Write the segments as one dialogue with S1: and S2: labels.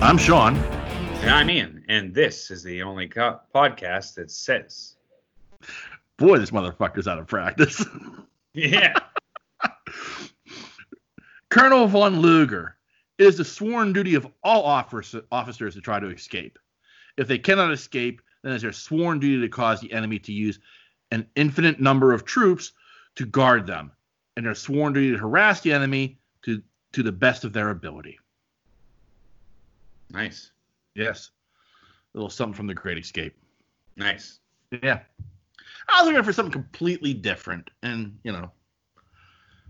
S1: I'm Sean.
S2: And I'm Ian, and this is the only co- podcast that says,
S1: Boy, this motherfucker's out of practice.
S2: yeah,
S1: Colonel von Luger, it is the sworn duty of all officer- officers to try to escape. If they cannot escape, then it is their sworn duty to cause the enemy to use an infinite number of troops to guard them, and their sworn duty to harass the enemy to, to the best of their ability.
S2: nice,
S1: Yes. A little something from the Great Escape.
S2: nice.
S1: Yeah. I was looking for something completely different. And, you know,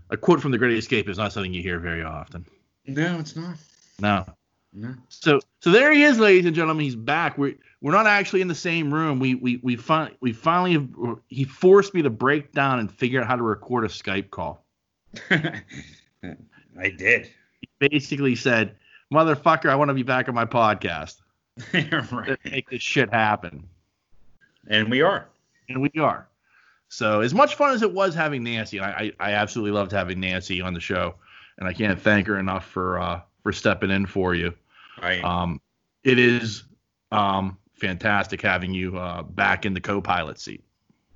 S1: a quote from The Great Escape is not something you hear very often.
S2: No, it's not.
S1: No.
S2: No.
S1: So so there he is, ladies and gentlemen. He's back. We're we're not actually in the same room. We we we fin- we finally he forced me to break down and figure out how to record a Skype call.
S2: I did.
S1: Basically said, Motherfucker, I want to be back on my podcast. Let's
S2: right.
S1: make this shit happen.
S2: And we are.
S1: and we are. So as much fun as it was having Nancy, and I, I, I absolutely loved having Nancy on the show, and I can't thank her enough for uh, for stepping in for you.
S2: Right.
S1: Um, it is um, fantastic having you uh, back in the co-pilot seat.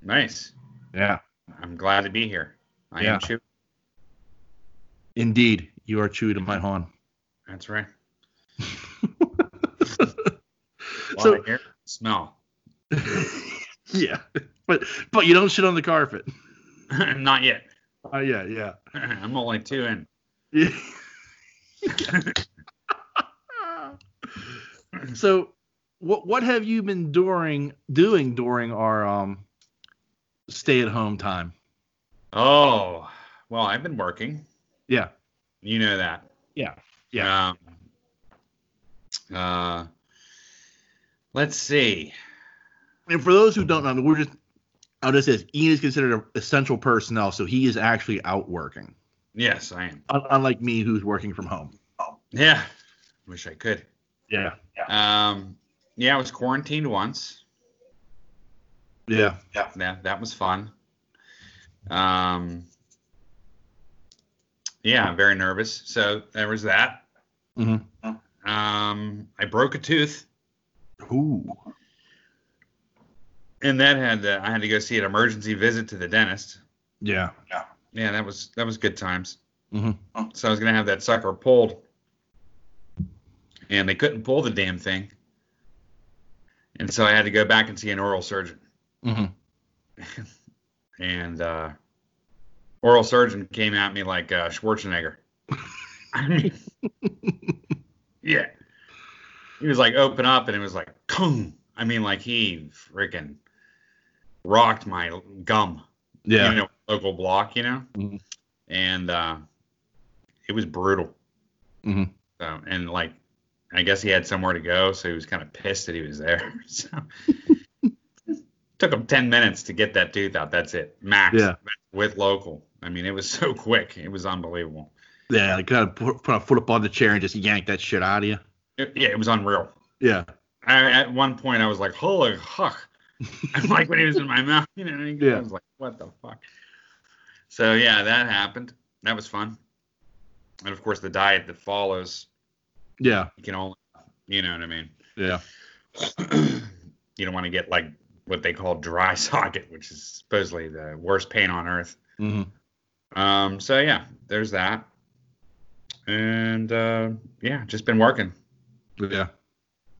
S2: nice.
S1: Yeah,
S2: I'm glad to be here. I
S1: Yeah.
S2: am too.
S1: indeed, you are chewed in my horn.
S2: That's right. While
S1: So-
S2: I hear the smell.
S1: yeah, but but you don't shit on the carpet.
S2: not yet.
S1: Oh yeah, yeah.
S2: I'm only two in.
S1: so what what have you been during doing during our um stay at home time?
S2: Oh, well, I've been working.
S1: Yeah.
S2: You know that.
S1: Yeah.
S2: Um, uh, let's see.
S1: And for those who don't know, we're just I'll just say this, Ian is considered a essential personnel, so he is actually out working.
S2: Yes, I am.
S1: Un- unlike me who's working from home.
S2: Yeah. Wish I could.
S1: Yeah.
S2: Um, yeah, I was quarantined once.
S1: Yeah.
S2: That that was fun. Um, yeah, I'm very nervous. So there was that.
S1: Mhm.
S2: Um, I broke a tooth,
S1: Ooh.
S2: and that had to, I had to go see an emergency visit to the dentist.
S1: Yeah.
S2: Yeah, that was that was good times.
S1: Mhm.
S2: So I was gonna have that sucker pulled, and they couldn't pull the damn thing, and so I had to go back and see an oral surgeon.
S1: hmm
S2: And uh, oral surgeon came at me like uh, Schwarzenegger. I mean, yeah, he was like open up, and it was like, Kung. I mean, like he freaking rocked my gum
S1: Yeah.
S2: you know, local block, you know,
S1: Mhm.
S2: and uh, it was brutal.
S1: Mhm.
S2: So, and like, I guess he had somewhere to go, so he was kind of pissed that he was there. So, took him ten minutes to get that tooth out. That's it, max.
S1: Yeah.
S2: With local, I mean, it was so quick. It was unbelievable.
S1: Yeah. Like kind of put, put a foot up on the chair and just yank that shit out of you.
S2: It- yeah, it was unreal.
S1: Yeah.
S2: I, at one point, I was like, "Holy fuck!" I'm like when he was in my mouth, you know. what I mean?
S1: Yeah.
S2: I was like, "What the fuck?" So yeah, that happened. That was fun. And of course, the diet that follows,
S1: Yeah.
S2: you can only, you know what I mean.
S1: Yeah.
S2: you don't want to get like what they call dry socket, which is supposedly the worst pain on earth.
S1: hmm
S2: Um, so yeah, there's that. And uh, yeah, just been working
S1: Yeah.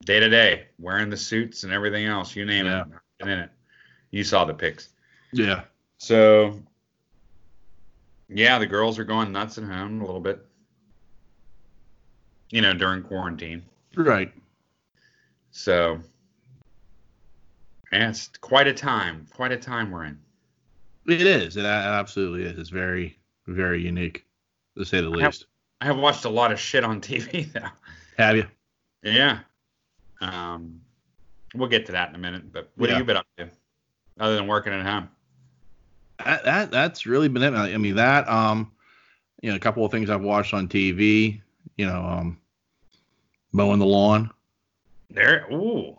S2: day to day, wearing the suits and everything else, you name
S1: Yeah.
S2: it. Been in it. You saw the pics.
S1: Yeah.
S2: So, yeah, the girls are going nuts at home a little bit. You know, during quarantine.
S1: Right.
S2: So, yeah, it's quite a time. Quite a time we're in.
S1: It is. It a- absolutely is. It's very, very unique, to say the
S2: I have-
S1: least.
S2: I have watched a lot of shit on TV though.
S1: Have, you?
S2: Yeah. Um, we'll get to that in a minute. But what
S1: Yeah.
S2: have you been up to, other than working at home?
S1: That, that that's really been it. I mean that. Um, you know, a couple of things I've watched on TV. You know, um, mowing the lawn.
S2: There. Ooh.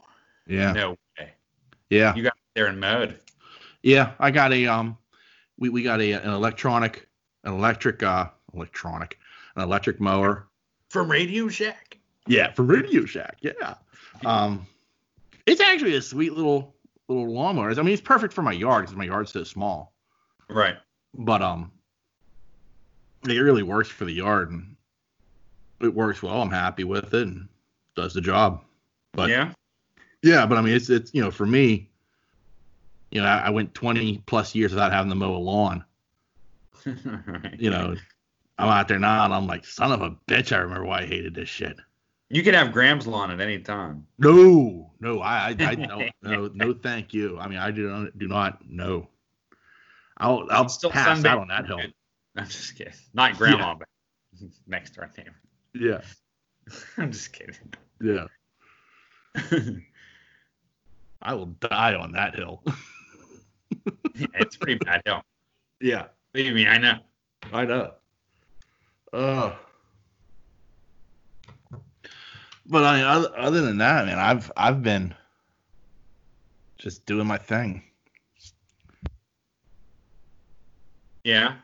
S1: Yeah.
S2: No way.
S1: Yeah.
S2: You got there in mode.
S1: Yeah. I got a um, we we got a an electronic, an electric uh, electronic, an electric mower.
S2: From Radio Shack.
S1: Yeah, for Radio Shack. Yeah. Um, it's actually a sweet little little lawnmower. I mean, it's perfect for my yard because my yard's so small.
S2: Right.
S1: But um, it really works for the yard, and it works well. I'm happy with it, and does the job. But
S2: yeah.
S1: yeah, but I mean, it's it's you know, for me, you know, I, I went 20 plus years without having to mow a lawn.
S2: Right.
S1: You know, I'm out there now, and I'm like, son of a bitch. I remember why I hated this shit.
S2: You could have Graham's lawn at any time.
S1: No, no, I, I, I no, no, no, thank you. I mean, I do not, do not know. I'll, I'll
S2: Still
S1: pass
S2: sunbathe.
S1: out on that hill.
S2: I'm just kidding. Not grandma, but next door neighbor.
S1: Yeah,
S2: I'm just kidding.
S1: yeah, I will die on that hill.
S2: Yeah, it's pretty bad hill.
S1: yeah,
S2: Believe me, I know.
S1: I know. Uh, but I mean, oth- other than that, man, I've, I've been just doing my thing.
S2: Yeah.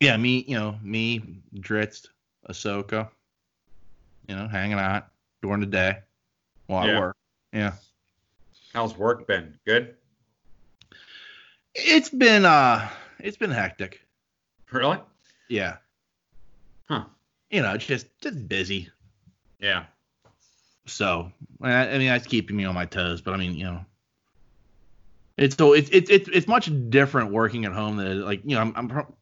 S1: Yeah, me, you know, me, Dritz, Ahsoka, you know, hanging out during the day while
S2: Yeah.
S1: I work. Yeah.
S2: How's work been? Good.
S1: It's been uh it's been hectic.
S2: Really?
S1: Yeah.
S2: Huh.
S1: You know, it's just just busy.
S2: Yeah.
S1: So I, I mean that's keeping me on my toes, but I mean, you know. It's so it's it's it's it's much different working at home than like, you know, I'm I'm pro-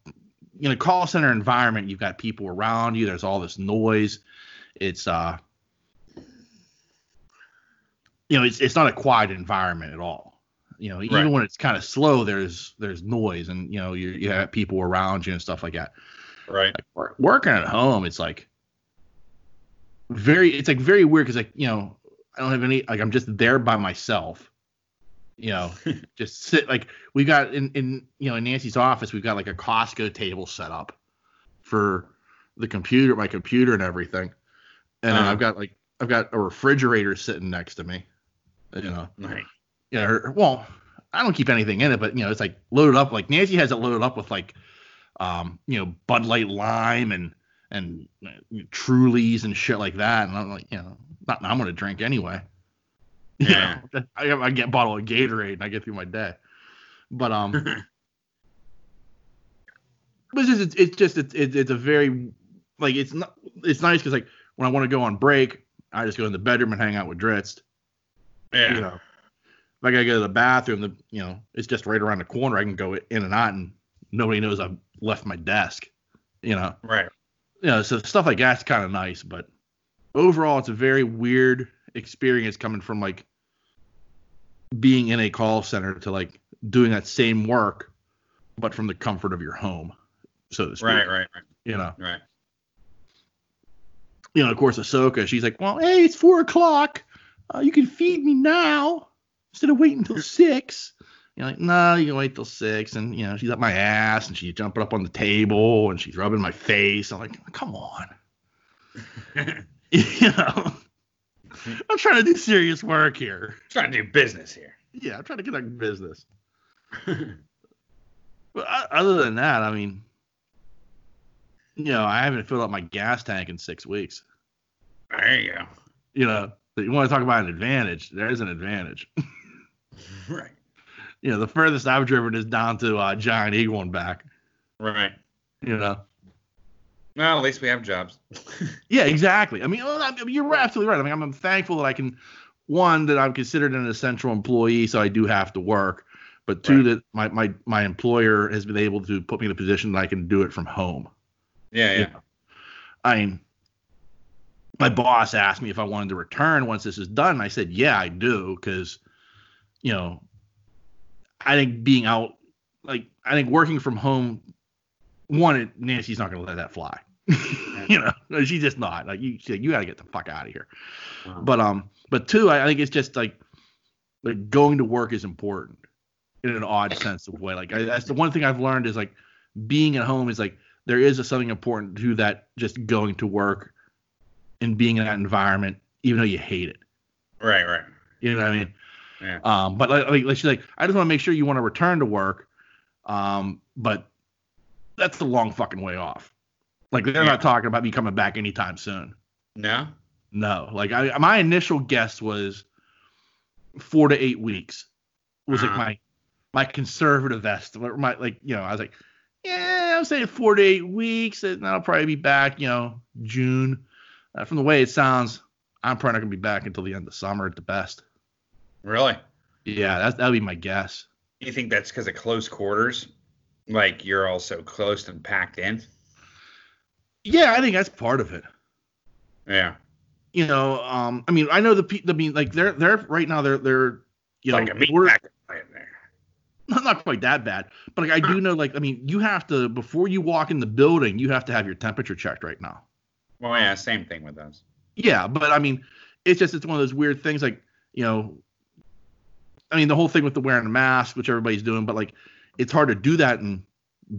S1: in a call center environment, you've got people around you, there's all this noise. It's uh you know, it's it's not a quiet environment at all. You know, even
S2: Right.
S1: when it's kind of slow, there's there's noise and you know, you you have people around you and stuff like that.
S2: Right.
S1: wor- working at home it's like very it's like very weird because like you know i don't have any like i'm just there by myself you know just sit like we got in in you know in nancy's office we've got like a costco table set up for the computer my computer and everything and then
S2: Uh-huh.
S1: i've got like i've got a refrigerator sitting next to me you know
S2: Right.
S1: yeah, her, well, I don't keep anything in it, but you know, it's like loaded up. Like Nancy has it loaded up with like, um, you know, Bud Light Lime and and uh, Trulies and shit like that. And I'm like, you know, not I'm gonna drink anyway. You
S2: Yeah.
S1: know, I, get- I get a bottle of Gatorade and I get through my day. But um, but it's just, it's just it's, it's it's a very like it's not it's nice because like when I want to go on break, I just go in the bedroom and hang out with Dritz.
S2: yeah.
S1: you know, if I gotta go to the bathroom, the you know, it's just right around the corner. I can go in and out, and nobody knows I've left my desk. You know,
S2: Right.
S1: you know, so stuff like that's kind of nice. But overall, it's a very weird experience coming from like being in a call center to like doing that same work, but from the comfort of your home, so to speak.
S2: Right. Right. Right.
S1: You know,
S2: Right.
S1: you know, of course, Ahsoka, she's like, well, hey, it's four o'clock. Uh, you can feed me now instead of waiting till six. You're like, no, you can wait till six. And, you know, she's up my ass and she's jumping up on the table and she's rubbing my face. I'm like, come on. you know, I'm trying to do serious work here.
S2: Trying to do business here.
S1: Yeah, I'm trying to conduct business. But o- other than that, I mean, you know, I haven't filled up my gas tank in six weeks.
S2: there you go.
S1: You know, but you want to talk about an advantage? There is an advantage.
S2: Right.
S1: you know, the furthest I've driven is down to uh, Giant Eagle and back.
S2: Right.
S1: You know.
S2: Well, at least we have jobs.
S1: Yeah, exactly. I mean, well, I- you're absolutely right. I mean, I'm, I'm thankful that I can, one, that I'm considered an essential employee, so I do have to work, but two,
S2: Right.
S1: that my, my my employer has been able to put me in a position that I can do it from home.
S2: yeah. Yeah.
S1: You know? I mean, my boss asked me if I wanted to return once this is done. and I said, yeah, I do, because, you know, I think being out, like, I think working from home, one, it, Nancy's not going to let that fly. you know, she's just not. Like, you, she's like, you got to get the fuck out of here.
S2: Wow.
S1: But, um, but two, I, I think it's just like, like going to work is important in an odd sense of way. Like, I, that's the one thing I've learned is like being at home is like, there is a, something important to that just going to work and being in that environment even though you hate it
S2: Right. Right.
S1: you know what i mean
S2: Yeah.
S1: um but like, like, like she's like i just want to make sure you want to return to work um but that's a long fucking way off like they're
S2: Yeah.
S1: not talking about me coming back anytime soon
S2: No.
S1: No, like I, my initial guess was four to eight weeks was like
S2: Uh-huh.
S1: my my conservative estimate. My like you know I was like, yeah, I'm saying four to eight weeks, and I'll probably be back. You know, June. Uh, from the way it sounds, I'm probably not gonna be back until the end of summer at the best.
S2: Really?
S1: Yeah, that that would be my guess.
S2: You think that's because of close quarters? Like you're all so close and packed in?
S1: Yeah, I think that's part of it.
S2: Yeah.
S1: You know, um, I mean, I know the pe- the mean like they're they're right now they're they're you know
S2: like a meat
S1: we're-
S2: pack in there.
S1: not, not quite that bad, but like, I do know, like, I mean, you have to before you walk in the building, you have to have your temperature checked right now.
S2: Well, yeah, same thing with us.
S1: Yeah, but I mean, it's just it's one of those weird things, like you know, I mean, the whole thing with the wearing a mask, which everybody's doing, but like, it's hard to do that and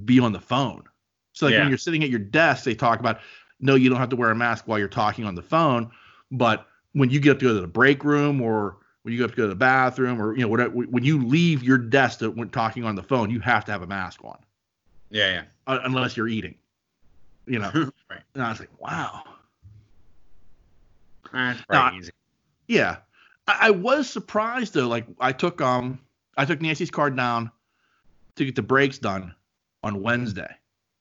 S1: be on the phone. So like
S2: Yeah.
S1: when you're sitting at your desk, they talk about no, you don't have to wear a mask while you're talking on the phone, but when you get up to go to the break room or when you go up to go to the bathroom or you know whatever, when you leave your desk to, when talking on the phone, you have to have a mask on.
S2: Yeah,
S1: uh, unless you're eating. You know,
S2: yeah. right.
S1: and I was like, wow.
S2: That's pretty easy.
S1: Yeah, I, I was surprised though. Like I took um I took Nancy's car down to get the brakes done on Wednesday,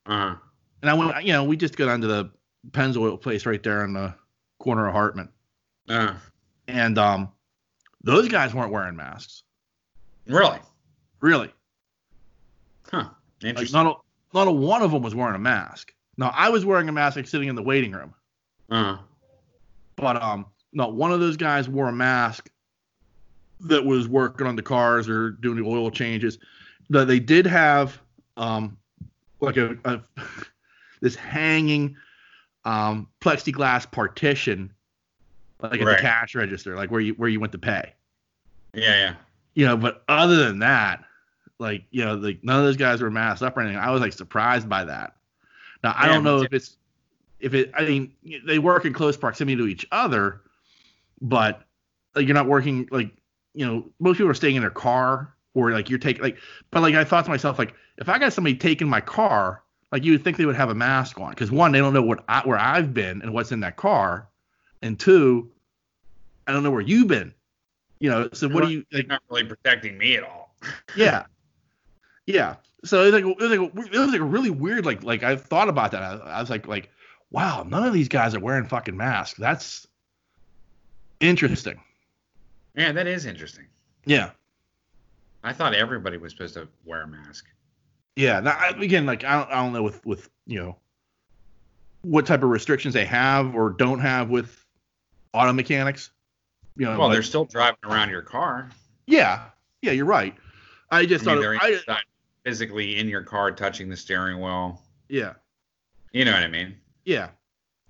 S2: Uh-huh.
S1: and I went. You know, we just go down to the Pennzoil place right there on the corner of Hartman,
S2: Uh,
S1: and um those guys weren't wearing masks.
S2: really?
S1: Really,
S2: Huh.
S1: like
S2: Interesting.
S1: not a, not a one of them was wearing a mask. Now I was wearing a mask like sitting in the waiting room.
S2: uh-huh.
S1: but um, not one of those guys wore a mask that was working on the cars or doing the oil changes. That they did have um, like a, a this hanging um, plexiglass partition, like at
S2: Right.
S1: the cash register, like where you where you went to pay.
S2: Yeah, yeah.
S1: You know, but other than that, like you know, like none of those guys were masked up or anything. I was like surprised by that. Now I
S2: Yeah,
S1: don't
S2: me
S1: know
S2: too.
S1: if it's if it. I mean, they work in close proximity to each other, but like, you're not working like you know most people are staying in their car or like you're taking like. But like I thought to myself like if I got somebody taking my car, like you would think they would have a mask on because one they don't know what I, where I've been and what's in that car, and two, I don't know where you've been. You know, so what do you like?
S2: They're not really protecting me at all.
S1: Yeah. Yeah. So it was like it was like, it was like a really weird like like I thought about that. I, I was like like wow, none of these guys are wearing fucking masks. That's interesting.
S2: Yeah, that is interesting.
S1: Yeah.
S2: I thought everybody was supposed to wear a mask.
S1: Yeah. Now, I, again, like I don't I don't know with with you know what type of restrictions they have or don't have with auto mechanics. You know.
S2: Well,
S1: but-
S2: they're still driving around your car.
S1: yeah. Yeah, you're right. I
S2: I
S1: just
S2: mean,
S1: thought
S2: they're
S1: it, I,
S2: inside, physically in your car, touching the steering wheel.
S1: yeah.
S2: You know what I mean?
S1: Yeah,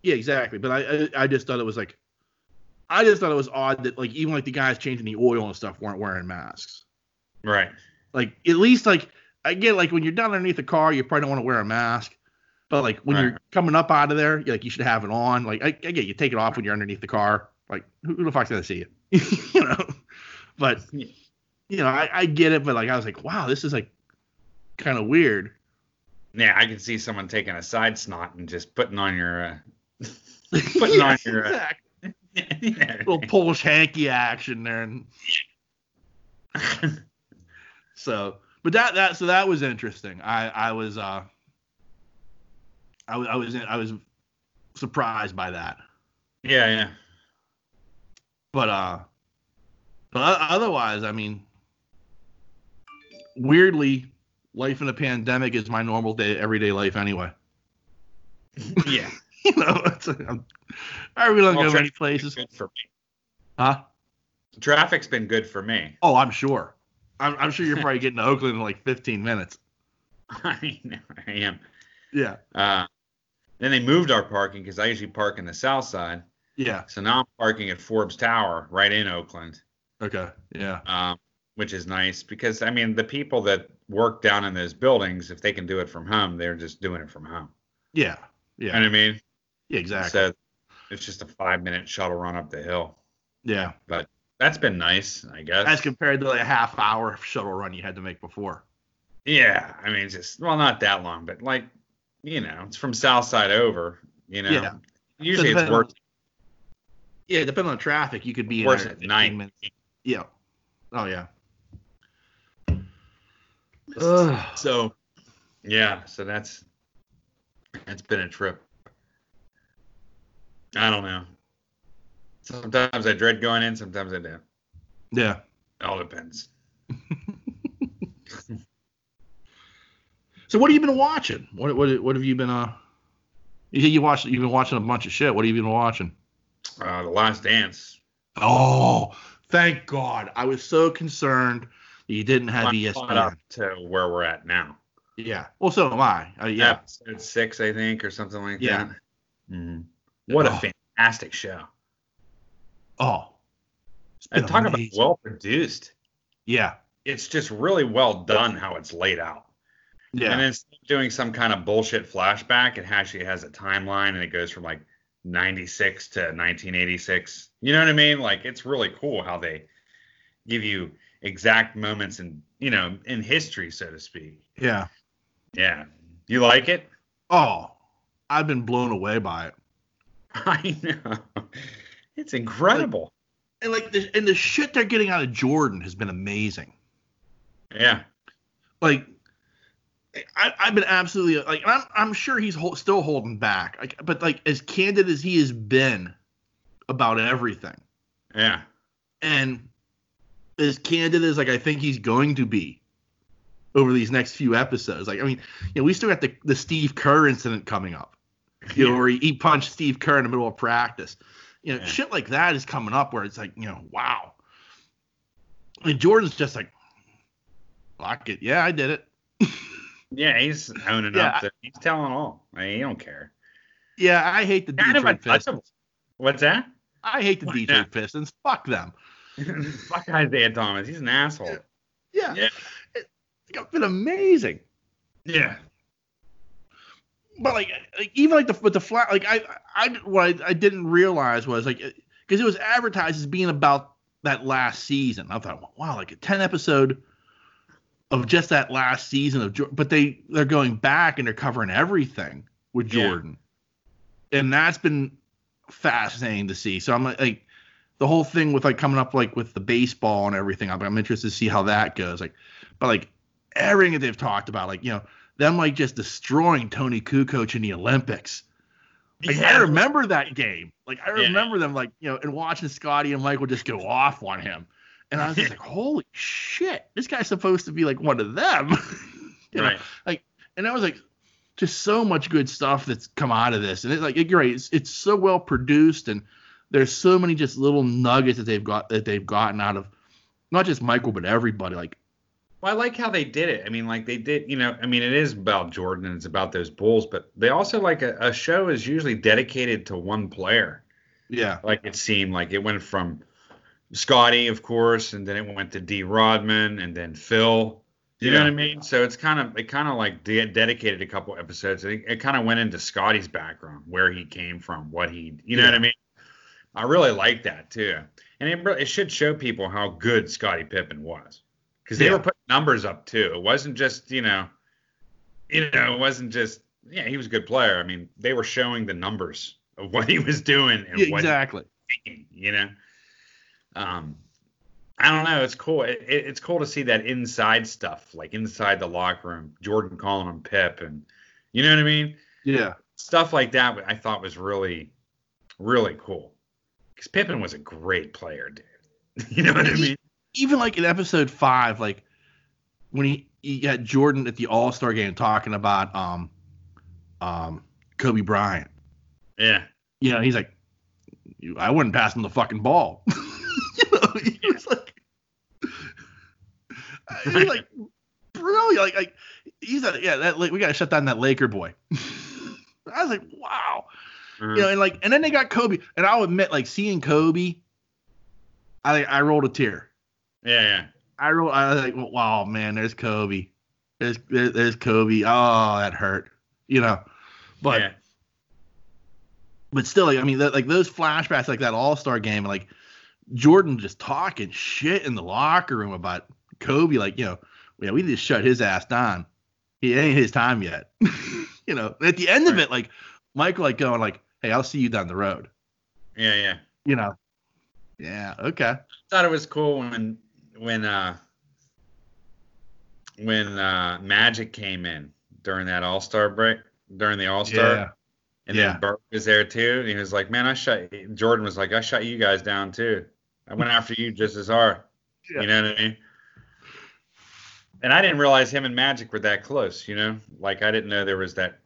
S1: yeah, exactly. But I, I, I just thought it was like, I just thought it was odd that like even like the guys changing the oil and stuff weren't wearing masks.
S2: Right.
S1: Like at least like I get like when you're down underneath the car, you probably don't want to wear a mask. But like when you're
S2: Right.
S1: coming up out of there, you're, like you should have it on. Like I, I get you take it off when you're underneath the car. Like who, who the fuck's gonna see it? you know. But you know I, I get it. But like I was like, wow, this is like kind of weird.
S2: Yeah, I can see someone taking a side snot and just putting on your. Uh, Putting
S1: Yeah,
S2: on your, uh,
S1: exactly.
S2: you know what I
S1: little Polish hanky action there and.
S2: mean?
S1: So, but that that so that was interesting. I I was uh I, wa- I was in, I was surprised by that.
S2: yeah, yeah.
S1: But uh but o- otherwise, I mean weirdly life in a pandemic is my normal day everyday life anyway.
S2: Yeah.
S1: you know, it's, I'm, I really don't
S2: Well,
S1: go
S2: tra-
S1: many places.
S2: Good for me.
S1: Huh?
S2: Traffic's been good for me.
S1: Oh, I'm sure. I'm, I'm sure you're probably getting to Oakland in like 15 minutes.
S2: I know I am.
S1: Yeah.
S2: Uh, then they moved our parking because I usually park in the south side.
S1: Yeah.
S2: So now I'm parking at Forbes Tower right in Oakland,
S1: Okay. Yeah.
S2: um, which is nice because, I mean, the people that work down in those buildings, if they can do it from home, they're just doing it from home.
S1: Yeah.
S2: You
S1: Yeah.
S2: know what I mean?
S1: yeah exactly.
S2: So it's just a five minute shuttle run up the hill.
S1: yeah.
S2: That's been nice, I guess.
S1: as compared to like a half hour shuttle run you had to make before.
S2: Yeah, I mean, it's just well, not that long, but like, you know, it's from South Side over. You know,
S1: Yeah.
S2: usually
S1: So
S2: it's
S1: then-
S2: worth
S1: Yeah, depending on the traffic, you could be in
S2: Worse
S1: there
S2: at
S1: in
S2: night.
S1: minutes. Yeah. Oh yeah.
S2: So, yeah, so that's that's been a trip. I don't know. Sometimes I dread going in, sometimes I do.
S1: yeah.
S2: It all depends.
S1: So what have you been watching? What what what have you been uh? You you watched you've been watching a bunch of shit. What have you been watching?
S2: Uh, the Last Dance.
S1: Oh, thank God! I was so concerned that you didn't have E
S2: I'm caught up
S1: ESPN.
S2: to where we're at now.
S1: Yeah. Well, so am I. Uh, yeah.
S2: Episode six, I think, or something like
S1: Yeah.
S2: that. Mhm. What
S1: Oh.
S2: a fantastic show.
S1: Oh. It's been
S2: And talk about
S1: amazing.
S2: well produced.
S1: Yeah.
S2: It's just really well done how it's laid out.
S1: Yeah.
S2: And instead of doing some kind of bullshit flashback, it actually has a timeline and it goes from like 96 to 1986. You know what I mean? Like it's really cool how they give you exact moments in, you know, in history, so to speak.
S1: yeah.
S2: Yeah. You like it?
S1: Oh, I've been blown away by it.
S2: I know. It's incredible.
S1: And like, the, and the shit they're getting out of Jordan has been amazing.
S2: Yeah.
S1: like I, I've been absolutely like I'm I'm sure he's hol- still holding back, like, but like as candid as he has been about everything,
S2: Yeah.
S1: and as candid as like I think he's going to be over these next few episodes. Like I mean, you know, we still got the the Steve Kerr incident coming up, you know, where he, he punched Steve Kerr in the middle of practice. You know,
S2: Yeah.
S1: shit like that is coming up where it's like, you know, wow. And Jordan's just like, fuck it, yeah, I did it.
S2: Yeah, he's owning
S1: Yeah,
S2: up to he's telling all. I mean, he don't care.
S1: Yeah, I hate the
S2: Kind of
S1: Detroit
S2: untouchable.
S1: Pistons.
S2: What's that?
S1: I hate the
S2: Why
S1: Detroit
S2: not?
S1: Pistons. Fuck them.
S2: Fuck Isaiah Thomas. He's an asshole.
S1: Yeah,
S2: Yeah.
S1: it's been amazing.
S2: Yeah.
S1: But like, like even like the with the flat, like I, I what I, I didn't realize was like because it was advertised as being about that last season. I thought, wow, like a ten episode of just that last season of, Jor- but they they're going back and they're covering everything with
S2: Yeah.
S1: Jordan, and that's been fascinating to see. So I'm like, like the whole thing with like coming up like with the baseball and everything. I'm, I'm interested to see how that goes. Like, but like everything that they've talked about, like you know them like just destroying Tony Kukoc in the Olympics. Like I remember that game. Like I
S2: Yeah.
S1: remember them like you know and watching Scotty and Michael just go off on him, and I was just like, holy shit, this guy's supposed to be like one of them. You know?
S2: Right.
S1: and I was like, just so much good stuff that's come out of this, and it's like you're right, it's it's so well produced, and there's so many just little nuggets that they've got that they've gotten out of not just Michael but everybody. Like
S2: Well, I like how they did it. I mean, like they did, you know, I mean, it is about Jordan and it's about those Bulls, but they also like a, a show is usually dedicated to one player.
S1: yeah,
S2: Like it seemed like it went from Scotty, of course, and then it went to D. Rodman and then Phil. You know
S1: Yeah.
S2: what I mean? So it's kind of it kind of like de- dedicated a couple episodes. It, it kind of went into Scotty's background, where he came from, what he, you know what I mean? I really like that too, and it re- it should show people how good Scottie Pippen was, because they
S1: Yeah.
S2: were putting numbers up too. It wasn't just you know, you know, it wasn't just yeah, he was a good player. I mean, they were showing the numbers of what he was doing and
S1: yeah
S2: what he
S1: exactly.
S2: thinking, you know. Um, I don't know. It's cool. It, it, it's cool to see that inside stuff, like inside the locker room, Jordan calling him Pip, and you know what I mean.
S1: Yeah,
S2: Stuff like that, I thought was really, really cool. Because Pippen was a great player, dude. You know what I mean?
S1: even like in episode five, like when he, he had Jordan at the All Star game talking about um um Kobe Bryant.
S2: Yeah.
S1: You know, he's like, "You- I wouldn't pass him the fucking ball. you know, he was like, he's like brilliant. Like, like he's a, yeah, that like, we gotta shut down that Laker boy. I was like, wow
S2: Mm-hmm.
S1: you know, and like, and then they got Kobe, and I'll admit, like seeing Kobe, I I rolled a tear.
S2: yeah, yeah.
S1: I wrote, I was like, wow, man, there's Kobe. There's, there, there's Kobe. Oh, that hurt. You know, but,
S2: yeah.
S1: but still, like, I mean, that like those flashbacks, like that All Star game, like Jordan just talking shit in the locker room about Kobe, like, you know, yeah, we need to shut his ass down. He ain't his time yet. you know, at the end of
S2: Right.
S1: it, like Michael, like going, like, hey, I'll see you down the road.
S2: yeah, yeah.
S1: You know, Yeah. Okay.
S2: thought it was cool when when uh when uh Magic came in during that All Star break during the All Star.
S1: Yeah.
S2: And
S1: Yeah.
S2: then Burke was there too. And he was like, Man, I shut Jordan was like, I shut you guys down too. I went after you just as hard.
S1: Yeah.
S2: You know what I mean? And I didn't realize him and Magic were that close, you know? Like I didn't know there was that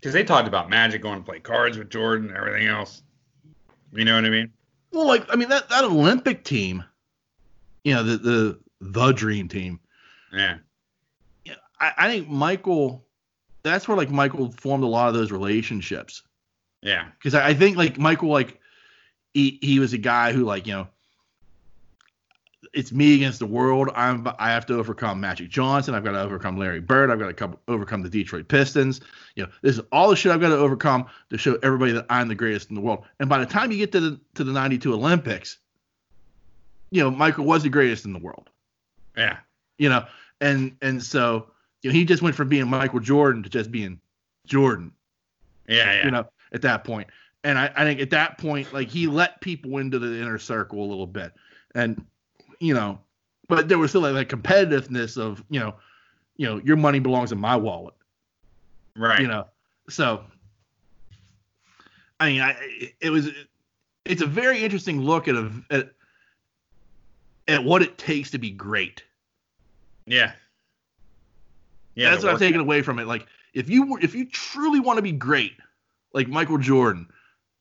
S2: because they talked about Magic going to play cards with Jordan and everything else. You know what I mean?
S1: Well, like I mean that that Olympic team, you know the the the dream team.
S2: Yeah.
S1: I, I think Michael. That's where like Michael formed a lot of those relationships
S2: Yeah.
S1: because I, I think like Michael like he he was a guy who like you know it's me against the world. I'm I have to overcome Magic Johnson. I've got to overcome Larry Bird. I've got to come, overcome the Detroit Pistons. You know this is all the shit I've got to overcome to show everybody that I'm the greatest in the world. And by the time you get to the to the '92 Olympics, you know Michael was the greatest in the world.
S2: Yeah.
S1: You know and and so you know he just went from being Michael Jordan to just being Jordan
S2: Yeah. Yeah.
S1: you know, at that point. And I, I think at that point, like he let people into the inner circle a little bit. And, you know, but there was still like that competitiveness of, you know, you know, your money belongs in my wallet.
S2: right.
S1: You know. So I mean, I it was it's a very interesting look at a at, at what it takes to be great.
S2: Yeah. Yeah.
S1: that's
S2: the
S1: what I'm
S2: work-
S1: taking away from it. Like if you were- if you truly want to be great, like Michael Jordan,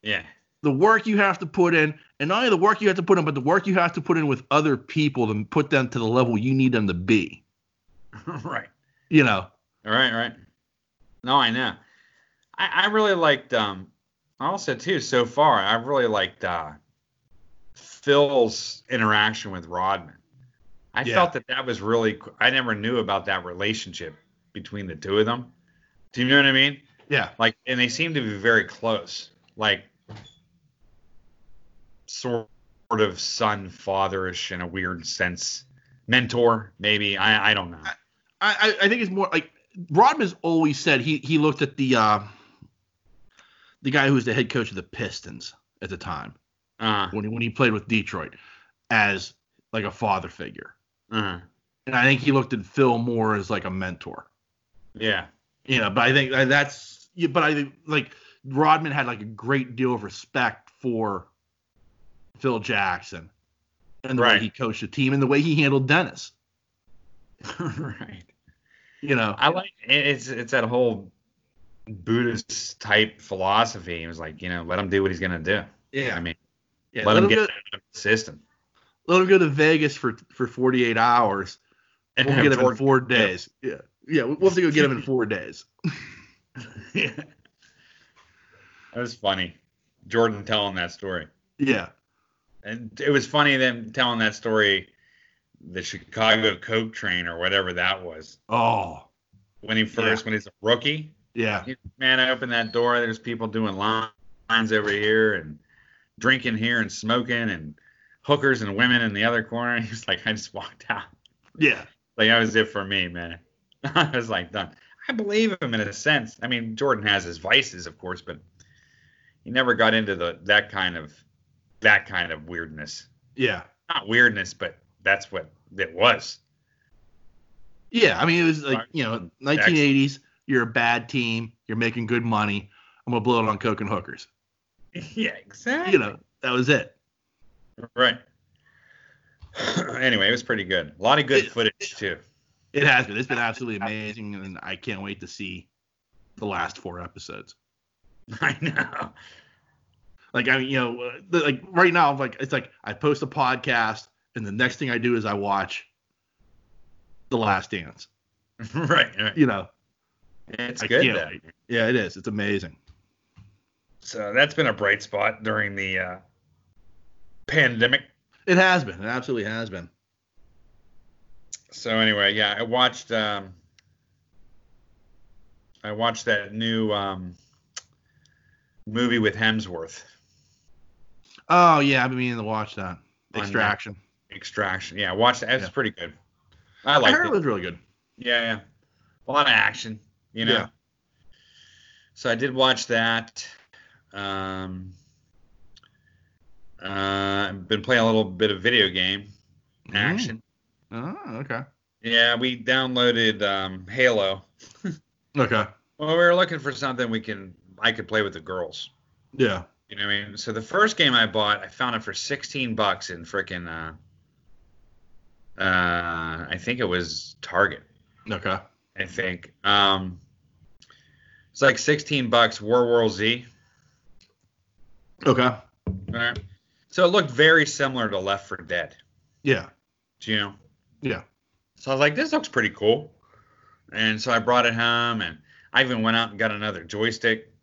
S2: Yeah.
S1: the work you have to put in, and not only the work you have to put in, but the work you have to put in with other people to put them to the level you need them to be.
S2: right.
S1: You know,
S2: All right, right. No, I know. I, I really liked um also too so far, I really liked uh Phil's interaction with Rodman. I
S1: Yeah.
S2: felt that that was really co- I never knew about that relationship between the two of them. Do you know what I mean?
S1: yeah,
S2: Like and they seem to be very close. Like sort of son fatherish in a weird sense. Mentor, maybe. I I don't know.
S1: I, I I think it's more like Rodman's always said he he looked at the uh, the guy who was the head coach of the Pistons at the time
S2: Uh,
S1: when he, when he played with Detroit as like a father figure,
S2: uh
S1: and I think he looked at Phil more as like a mentor.
S2: yeah.
S1: you know but i think I- that's yeah, but i think like rodman had like a great deal of respect for phil jackson and the way
S2: Right.
S1: he coached the team and the way he handled dennis
S2: right.
S1: you know
S2: I like it- it's it's that whole Buddhist type philosophy. It was like you know, let him do what he's gonna do. I mean,
S1: yeah
S2: let, him get
S1: go,
S2: out of the system.
S1: let him go to vegas for for 48 hours
S2: And
S1: we'll get him in
S2: Jordan-
S1: four days yeah yeah we'll have to go get him in four days
S2: Yeah. that was funny. Jordan telling that story,
S1: yeah
S2: and it was funny them telling that story. The Chicago Coke train or whatever that was
S1: oh
S2: when he first when he's a rookie.
S1: yeah
S2: He's, Man, I opened that door. There's people doing lines over here and drinking here and smoking and hookers and women in the other corner. He was like, I just walked out.
S1: yeah
S2: Like that was it for me, man. I was like done. I believe him in a sense. I mean, Jordan has his vices, of course, but he never got into the that kind of that kind of weirdness.
S1: yeah
S2: Not weirdness, but that's what it was.
S1: Yeah, I mean, it was like, you know, 1980s, you're a bad team, you're making good money, I'm going to blow it on coke and hookers.
S2: yeah, exactly.
S1: You know, that was it.
S2: Right. anyway, it was pretty good. A lot of good
S1: It-
S2: footage too.
S1: It has been. It's been absolutely amazing, and I can't wait to see the last four episodes.
S2: I know.
S1: Like, I mean, you know, uh, the- like right now, I'm like, it's like I post a podcast, and the next thing I do is I watch The Last Dance.
S2: right, right.
S1: You know,
S2: It's
S1: I
S2: good
S1: can't
S2: though.
S1: wait. yeah, it is. It's amazing.
S2: So that's been a bright spot during the uh, pandemic.
S1: It has been. It absolutely has been.
S2: So anyway, yeah, I watched um, I watched that new um, movie with Hemsworth,
S1: Oh, yeah, I've been meaning to watch that.
S2: On
S1: Extraction.
S2: Extraction. Yeah, I watched that. It's
S1: Yeah.
S2: pretty good. I
S1: I
S2: liked
S1: heard
S2: it.
S1: it was really good.
S2: Yeah, yeah. A lot of action, you know.
S1: Yeah.
S2: So I did watch that. Um, uh, Uh, I've been playing a little bit of video game action.
S1: Oh, okay.
S2: Yeah, we downloaded um, Halo.
S1: Okay.
S2: Well, we were looking for something we can I could play with the girls.
S1: Yeah.
S2: You know what I mean? So the first game I bought, I found it for 16 bucks in frickin' uh, uh, I think it was Target.
S1: Okay.
S2: I think. Um, it's like 16 bucks, War World Z.
S1: Okay.
S2: Alright. So it looked very similar to Left for Dead.
S1: Yeah.
S2: Do you know?
S1: Yeah.
S2: So I was like, this looks pretty cool. And so I brought it home and I even went out and got another joystick.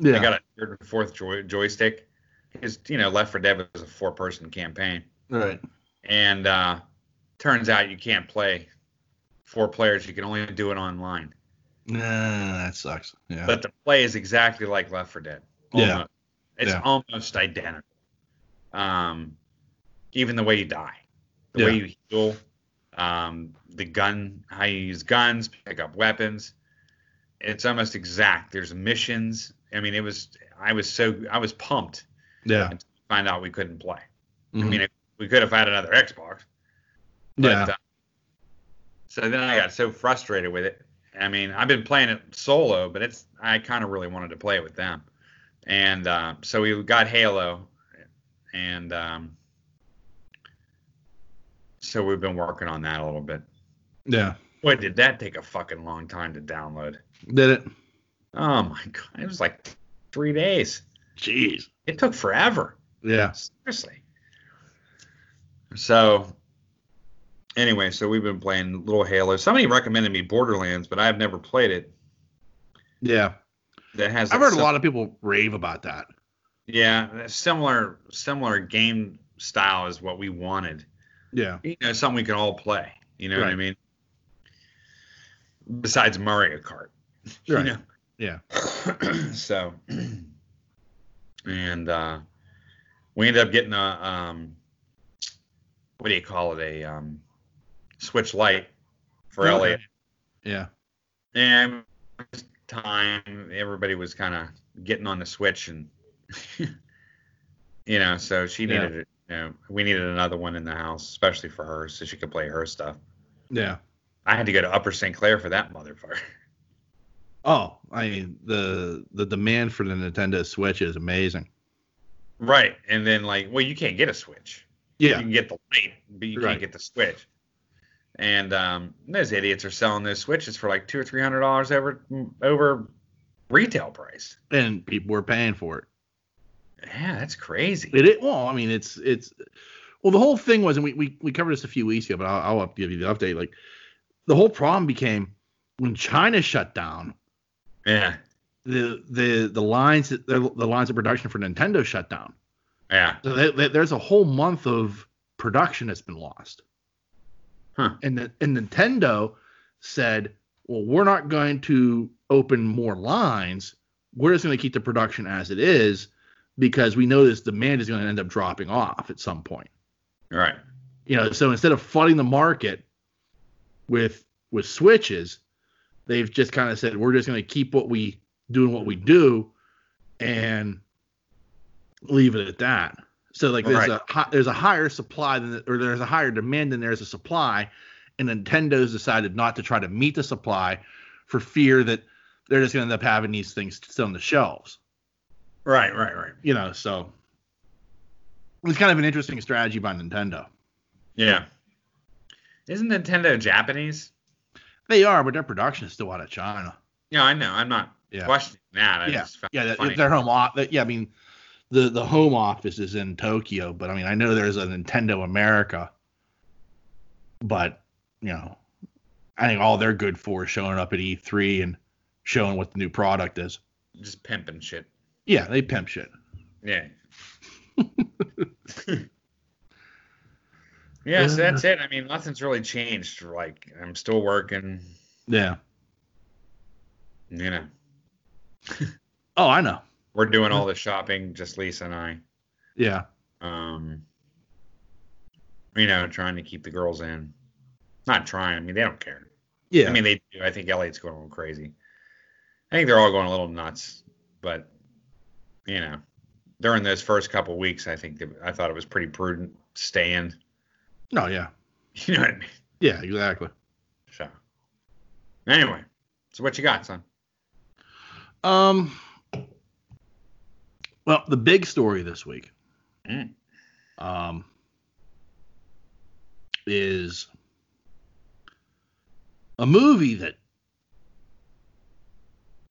S1: Yeah.
S2: I got a third and fourth joy- joystick. Because, you know, Left for Dead was a four person campaign.
S1: right.
S2: And uh, turns out you can't play four players, you can only do it online.
S1: Nah, that sucks. Yeah.
S2: but the play is exactly like Left 4 Dead.
S1: Yeah.
S2: Almost. It's
S1: Yeah.
S2: almost identical. Um, even the way you die, the
S1: Yeah.
S2: way you heal, um, the gun, how you use guns, pick up weapons. It's almost exact. There's missions. I mean, it was. I was so I was pumped to
S1: yeah.
S2: find out we couldn't play. I
S1: Mhm.
S2: mean, if we could have had another Xbox.
S1: Mm-hmm.
S2: But,
S1: yeah.
S2: uh, so then I got so frustrated with it. I mean, I've been playing it solo, but it's I kind of really wanted to play it with them, and uh, so we got Halo, and um, so we've been working on that a little bit.
S1: yeah.
S2: Boy, did that take a fucking long time to download.
S1: Did it?
S2: Oh my god, it was like three days.
S1: Jeez.
S2: It took forever.
S1: Yeah.
S2: Seriously. So, anyway, so we've been playing Little Halo. Somebody recommended me Borderlands, but I've never played it.
S1: Yeah.
S2: That has
S1: I've heard a lot of people rave about that.
S2: Yeah, similar similar game style is what we wanted.
S1: Yeah.
S2: You know, something we can all play. You know what I
S1: Right.
S2: mean? Besides Mario Kart.
S1: Right.
S2: You know?
S1: Yeah.
S2: so, and uh, we ended up getting a um, what do you call it? A um, Switch Lite for
S1: Okay.
S2: Elliot.
S1: Oh, Yeah.
S2: And it was time everybody was kind of getting on the Switch, and you know, so she
S1: Yeah.
S2: needed it. You know, we needed another one in the house, especially for her, so she could play her stuff.
S1: Yeah.
S2: I had to go to Upper St. Clair for that motherfucker.
S1: Oh, I mean the the demand for the Nintendo Switch is amazing.
S2: right, and then like, well, you can't get a Switch. You
S1: Yeah.
S2: can get the light, but you
S1: Right.
S2: can't get the Switch. And um, those idiots are selling those switches for like two or three hundred dollars over over retail price.
S1: And people were paying for it.
S2: Yeah, that's crazy.
S1: It, it well, I mean, it's it's well, the whole thing was, and we we, we covered this a few weeks ago, but I'll, I'll up- give you the update. Like, the whole problem became when China shut down
S2: Yeah,
S1: the the the lines that the, the lines of production for Nintendo shut down.
S2: yeah,
S1: So they, they, there's a whole month of production that's been lost.
S2: Huh.
S1: And the, and Nintendo said, well, we're not going to open more lines. We're just going to keep the production as it is because we know this demand is going to end up dropping off at some point.
S2: right.
S1: You know, so instead of flooding the market with with switches, they've just kind of said we're just going to keep what we doing what we do and leave it at that. So like there's a hi- there's a higher supply than or there's a higher demand than there's a supply, and Nintendo's decided not to try to meet the supply for fear that they're just going to end up having these things still on the shelves.
S2: Right, right, right.
S1: You know, so it's kind of an interesting strategy by Nintendo.
S2: Yeah. Isn't Nintendo Japanese?
S1: They are, but their production is still out of China.
S2: Yeah, I know. I'm not
S1: Yeah.
S2: questioning that. I
S1: Yeah,
S2: just found
S1: Yeah,
S2: it
S1: that-
S2: funny.
S1: their home office. Yeah, I mean, the the home office is in Tokyo, but I mean, I know there's a Nintendo America, but you know, I think all they're good for is showing up at E3 and showing what the new product is.
S2: just pimping shit.
S1: Yeah, they pimp shit.
S2: Yeah. yeah, so
S1: Uh,
S2: that's it. I mean, nothing's really changed. Like, I'm still working,
S1: Yeah.
S2: you know,
S1: Oh, I know.
S2: we're doing all the shopping, just Lisa and I.
S1: Yeah.
S2: Um, you know, trying to keep the girls in. Not trying. I mean, they don't care.
S1: Yeah.
S2: I mean, they do. I think Elliot's going a little crazy. I think they're all going a little nuts, but you know, during those first couple weeks, I think that I thought it was pretty prudent staying.
S1: No, yeah,
S2: You know what I mean?
S1: yeah, exactly.
S2: So anyway, so what you got, son?
S1: Um, well, the big story this week,
S2: Mm.
S1: um, is a movie that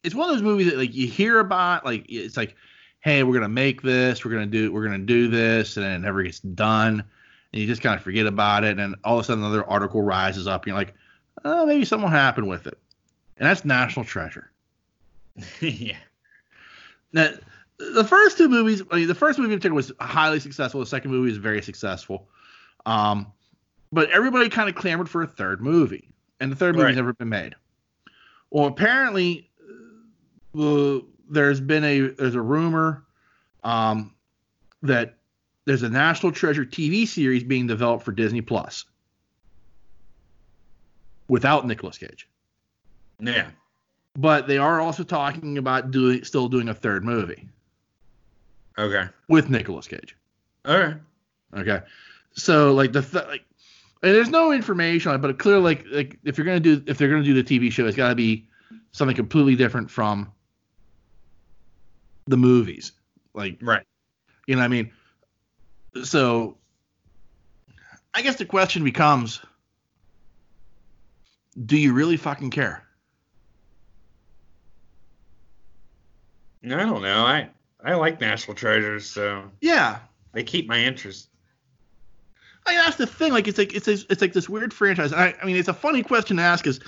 S1: it's one of those movies that like you hear about, like it's like, hey, we're gonna make this, we're gonna do, we're gonna do this, and then it never gets done, and you just kind of forget about it, and then all of a sudden another article rises up, and you're like, oh, maybe something will happen with it, and that's National Treasure.
S2: yeah.
S1: Now, the first two movies, I mean, the first movie in particular was highly successful. The second movie was very successful. Um, but everybody kind of clamored for a third movie, and the third movie's
S2: Right.
S1: never been made. Well, apparently, uh, the- there's been a there's a rumor um, that there's a National Treasure TV series being developed for Disney Plus without Nicolas Cage
S2: Yeah.
S1: but they are also talking about doing still doing a third movie
S2: Okay.
S1: with Nicolas Cage.
S2: All right.
S1: Okay, so like the th- like, and there's no information on it, but it clearly like like if you're gonna do if they're gonna do the TV show, it's got to be something completely different from the movies. Like
S2: Right.
S1: you know what I mean? So I guess the question becomes, do you really fucking care?
S2: I don't know. I I like National Treasures, so
S1: Yeah,
S2: they keep my interest.
S1: I mean, that's the thing. Like, it's like it's this- it's like this weird franchise. I, I mean, it's a funny question to ask. Is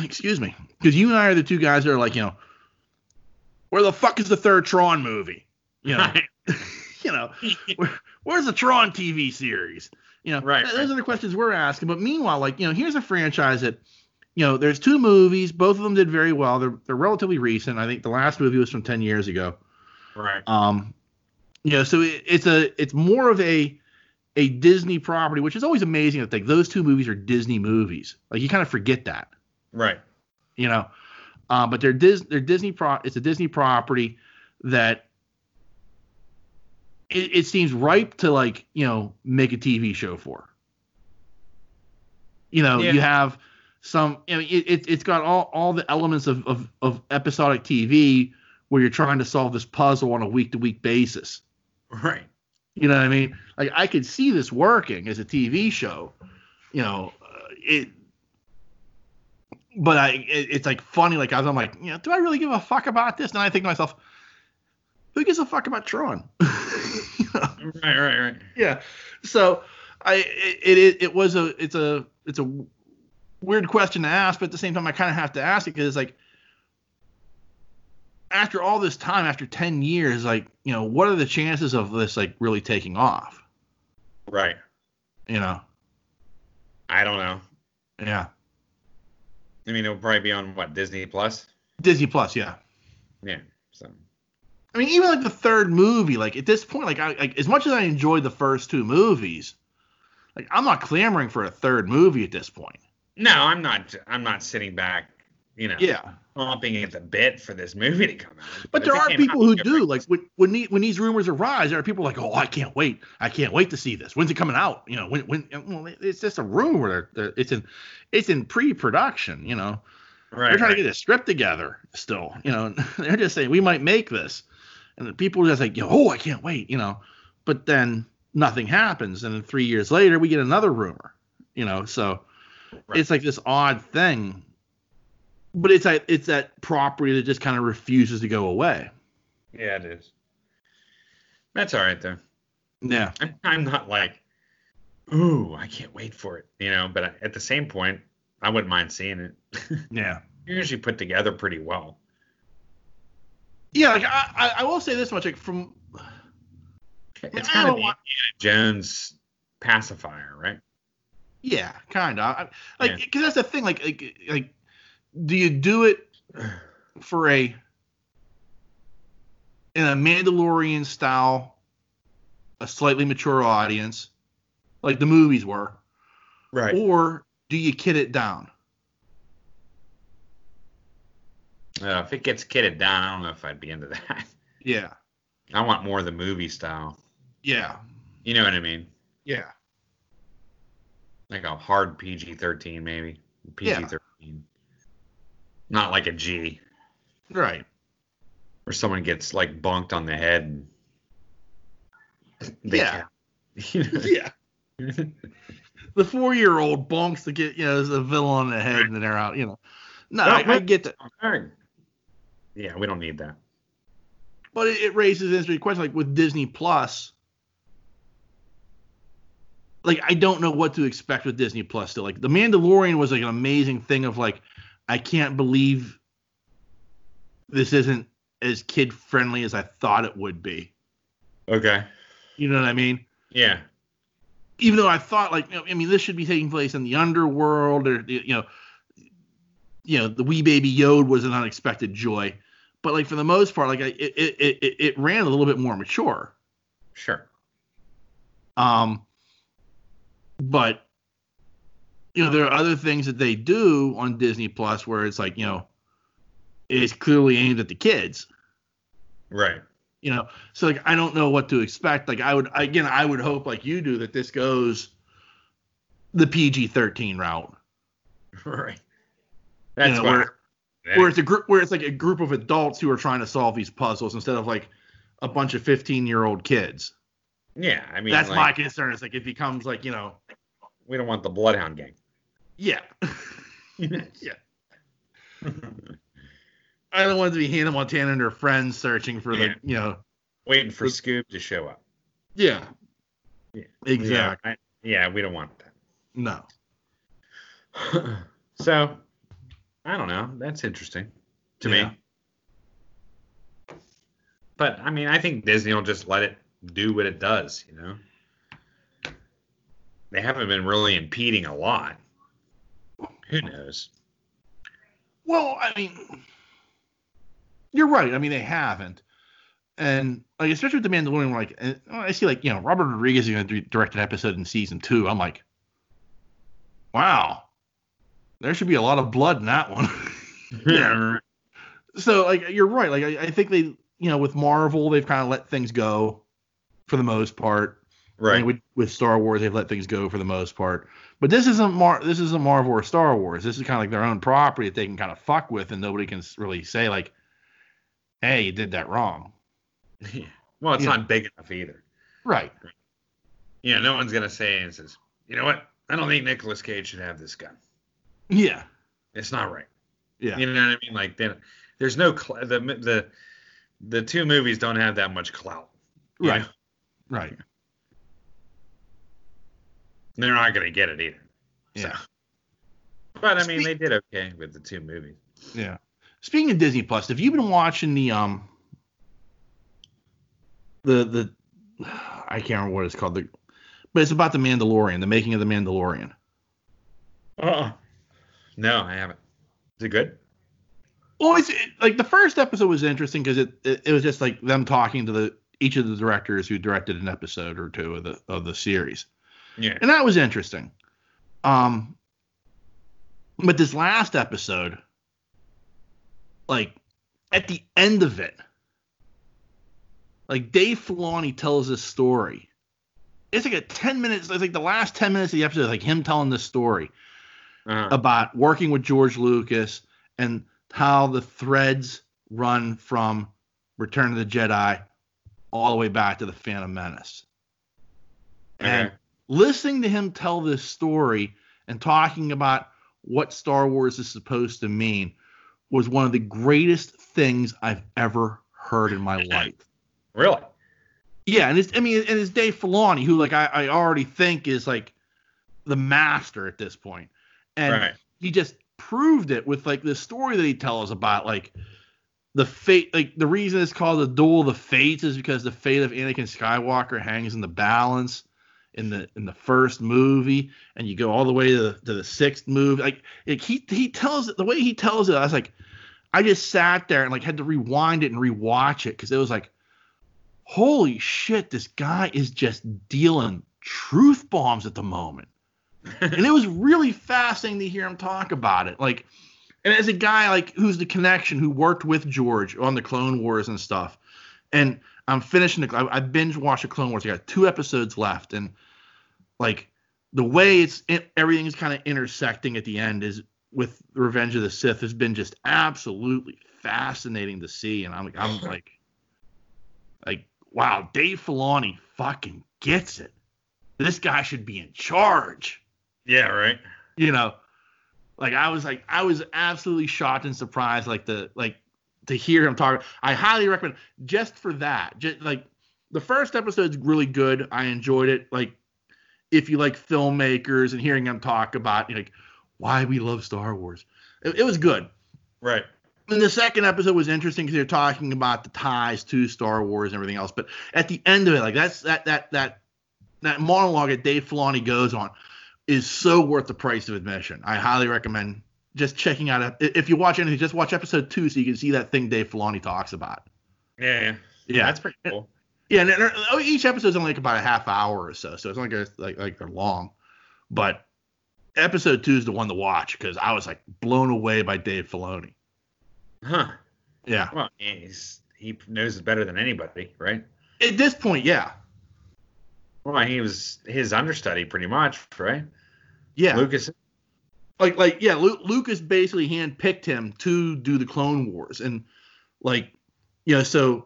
S1: excuse me, because you and I are the two guys that are like, you know, where the fuck is the third Tron movie? You know, you know, where, where's the Tron TV series? You know,
S2: Right,
S1: Those
S2: right.
S1: are the questions we're asking. But meanwhile, like, you know, here's a franchise that, you know, there's two movies. Both of them did very well. They're they're relatively recent. I think the last movie was from ten years ago.
S2: right.
S1: Um, you know, so it, it's a it's more of a a Disney property, which is always amazing. That like those two movies are Disney movies. Like you kind of forget that,
S2: Right.
S1: you know. Uh, but they're Dis they're Disney pro. It's a Disney property that it, it seems ripe to like you know make a TV show for. You know,
S2: Yeah.
S1: you have some. I mean, it, it, it's got all all the elements of, of of episodic TV where you're trying to solve this puzzle on a week to week basis.
S2: Right.
S1: You know what I mean? Like I could see this working as a TV show. You know, uh, it. But I, it, it's like funny. Like I'm like, you know, do I really give a fuck about this? And I think to myself, who gives a fuck about Tron? You know?
S2: Right. Right. Right.
S1: yeah. So I, it, it, it was a, it's a, it's a weird question to ask, but at the same time, I kind of have to ask it because like. After all this time, after ten years, like you know, what are the chances of this like really taking off?
S2: Right.
S1: you know
S2: I don't know.
S1: yeah
S2: I mean, it'll probably be on what Disney Plus.
S1: disney plus yeah
S2: Yeah. So
S1: i mean even like the third movie like at this point like i like, as much as i enjoyed the first two movies like i'm not clamoring for a third movie at this point
S2: no, I'm not. I'm not sitting back. You know,
S1: yeah
S2: chomping at the bit for this movie to come out.
S1: but
S2: If
S1: there
S2: it
S1: are
S2: came
S1: people
S2: out,
S1: who
S2: I'd
S1: do
S2: be
S1: like when when, the, when these rumors arise there are people like oh i can't wait i can't wait to see this when's it coming out you know when when well, it's just a rumor They're- they're- it's in it's in pre-production you know
S2: Right.
S1: they're trying
S2: right.
S1: to get a script together still. You know, they're just saying we might make this, and the people are just like, oh, I can't wait. You know, but then nothing happens, and then three years later we get another rumor. You know, so
S2: Right.
S1: it's like this odd thing, but it's like it's that property that just kind of refuses to go away.
S2: Yeah, it is. That's all right though.
S1: Yeah,
S2: I'm, I'm not like, ooh, I can't wait for it, you know. But I, at the same point, I wouldn't mind seeing it.
S1: yeah,
S2: Usually put together pretty well.
S1: yeah. Like I, I, I will say this much, like from
S2: It's
S1: I
S2: kind of
S1: don't
S2: the
S1: want-
S2: Indiana Jones pacifier, right?
S1: yeah, kind of like
S2: Yeah.
S1: because that's the thing, like like like, do you do it for a in a Mandalorian style, a slightly mature audience, like the movies were,
S2: Right.
S1: or do you kid it down?
S2: Uh, if it gets kidded down, I don't know if I'd be into that.
S1: Yeah.
S2: I want more of the movie style.
S1: Yeah.
S2: You know what I mean?
S1: Yeah.
S2: Like a hard PG thirteen, maybe PG
S1: Yeah.
S2: thirteen. Not like a G,
S1: Right.
S2: where someone gets like bonked on the head. And
S1: Yeah.
S2: count. You know?
S1: Yeah. the four year old bonks to get, you know, the villain on the head and then they're out, you know. No,
S2: No,
S1: I, I
S2: wait.
S1: get that.
S2: Alright. Yeah, we don't need that.
S1: But it, it raises interesting questions like with Disney Plus. Like I don't know what to expect with Disney Plus still. Like The Mandalorian was like an amazing thing of like I can't believe this isn't as kid friendly as I thought it would be.
S2: Okay.
S1: You know what I mean?
S2: Yeah.
S1: even though I thought like you know, I mean this should be taking place in the underworld or you know you know the wee baby Yod was an unexpected joy, but like for the most part like I, it, it it it ran a little bit more mature.
S2: Sure.
S1: Um, but you know there are other things that they do on Disney Plus where it's like you know it's clearly aimed at the kids.
S2: Right.
S1: you know so like i don't know what to expect like i would again i would hope like you do that this goes the pg-13 route
S2: Right. That's
S1: know,
S2: why.
S1: where- where it's a group where it's like a group of adults who are trying to solve these puzzles instead of like a bunch of 15 year old kids
S2: yeah, I mean,
S1: that's
S2: like,
S1: my concern it's like it becomes like you know
S2: we don't want the Bloodhound gang.
S1: yeah i don't want it to be hannah montana and her friends searching for the
S2: Yeah.
S1: you know
S2: Waiting for Scoob to show up.
S1: yeah
S2: Yeah.
S1: exactly
S2: Yeah, I- yeah, we don't want
S1: no
S2: that. so, I don't know. That's interesting to
S1: Yeah.
S2: me. But I mean, I think Disney will just let it do what it does. You know, they haven't been really impeding a lot. Who knows?
S1: Well, I mean, you're right. I mean, they haven't, and like especially with the Mandalorian, we're like and oh, I see like you know Robert Rodriguez is going to direct an episode in season two. I'm like, wow, there should be a lot of blood in that one. Yeah. so like you're right. Like I, I think they you know with Marvel they've kind of let things go for the most part. I
S2: Right.
S1: mean, with, with Star Wars, they've let things go for the most part. But this isn't Mar- this isn't Marvel or Star Wars. This is kind of like their own property that they can kind of fuck with, and nobody can s- really say like, "Hey, you did that wrong."
S2: Yeah. Well, it's
S1: Yeah.
S2: not big enough either.
S1: Right.
S2: You know, no one's gonna say and says, you know what? I don't think Nicolas Cage should have this gun.
S1: Yeah.
S2: It's not right.
S1: Yeah.
S2: You know what I mean? Like then, there's no cl- the the the two movies don't have that much clout. you
S1: Right.
S2: know?
S1: Right.
S2: They're not gonna get it either.
S1: Yeah.
S2: So. But I mean, they did okay with the two movies.
S1: Yeah. Speaking of Disney Plus, have you been watching the um the the I can't remember what it's called the but it's about the Mandalorian, the making of the Mandalorian.
S2: Uh-uh. No, I haven't. Is it good?
S1: Well, it's it, like the first episode was interesting because it, it it was just like them talking to the each of the directors who directed an episode or two of the of the series,
S2: Yeah.
S1: and that was interesting. Um, but this last episode, like at the end of it, like Dave Filoni tells this story. It's like a ten minutes. It's like the last ten minutes of the episode, is like him telling this story
S2: Uh-huh.
S1: about working with George Lucas and how the threads run from Return of the Jedi all the way back to the Phantom Menace. And
S2: Okay.
S1: listening to him tell this story and talking about what Star Wars is supposed to mean was one of the greatest things I've ever heard in my life.
S2: Really?
S1: Yeah, and it's I mean, and it's Dave Filoni who like I, I already think is like the master at this point, and
S2: right.
S1: he just proved it with like this story that he tells about like the fate like the reason it's called the duel of the fates is because the fate of Anakin Skywalker hangs in the balance in the in the first movie and you go all the way to the, to the sixth movie like it, he he tells it the way he tells it I was like I just sat there and like had to rewind it and rewatch it cuz it was like holy shit this guy is just dealing truth bombs at the moment and it was really fascinating to hear him talk about it. Like, and as a guy like who's the connection who worked with George on the Clone Wars and stuff, and I'm finishing the. I, I binge watched the Clone Wars. I got two episodes left, and like the way it's it, everything's kind of intersecting at the end is with Revenge of the Sith has been just absolutely fascinating to see, and I'm like I'm like like wow, Dave Filoni fucking gets it. This guy should be in charge.
S2: Yeah, right.
S1: You know, like I was like I was absolutely shocked and surprised. Like the like to hear him talk. I highly recommend just for that. Just like the first episode's really good. I enjoyed it. Like if you like filmmakers and hearing them talk about you know, like why we love Star Wars, it, it was good.
S2: Right.
S1: And the second episode was interesting because they're talking about the ties to Star Wars and everything else. But at the end of it, like that's that that that that monologue that Dave Filoni goes on is so worth the price of admission. I highly recommend just checking out. If you watch anything, just watch episode two so you can see that thing Dave Filoni talks about.
S2: Yeah. Yeah.
S1: Yeah.
S2: That's pretty cool.
S1: Yeah, and and, uh, each episode's only like about a half hour or so, so it's not like it's like like they're long. But episode two is the one to watch because I was like blown away by Dave Filoni.
S2: Huh.
S1: Yeah,
S2: Well, he's, he knows it better than anybody, right?
S1: at this point, yeah,
S2: Well, he was his understudy pretty much, right?
S1: yeah,
S2: Lucas.
S1: like like yeah, Lu- Lucas basically handpicked him to do the Clone Wars, and like you know, so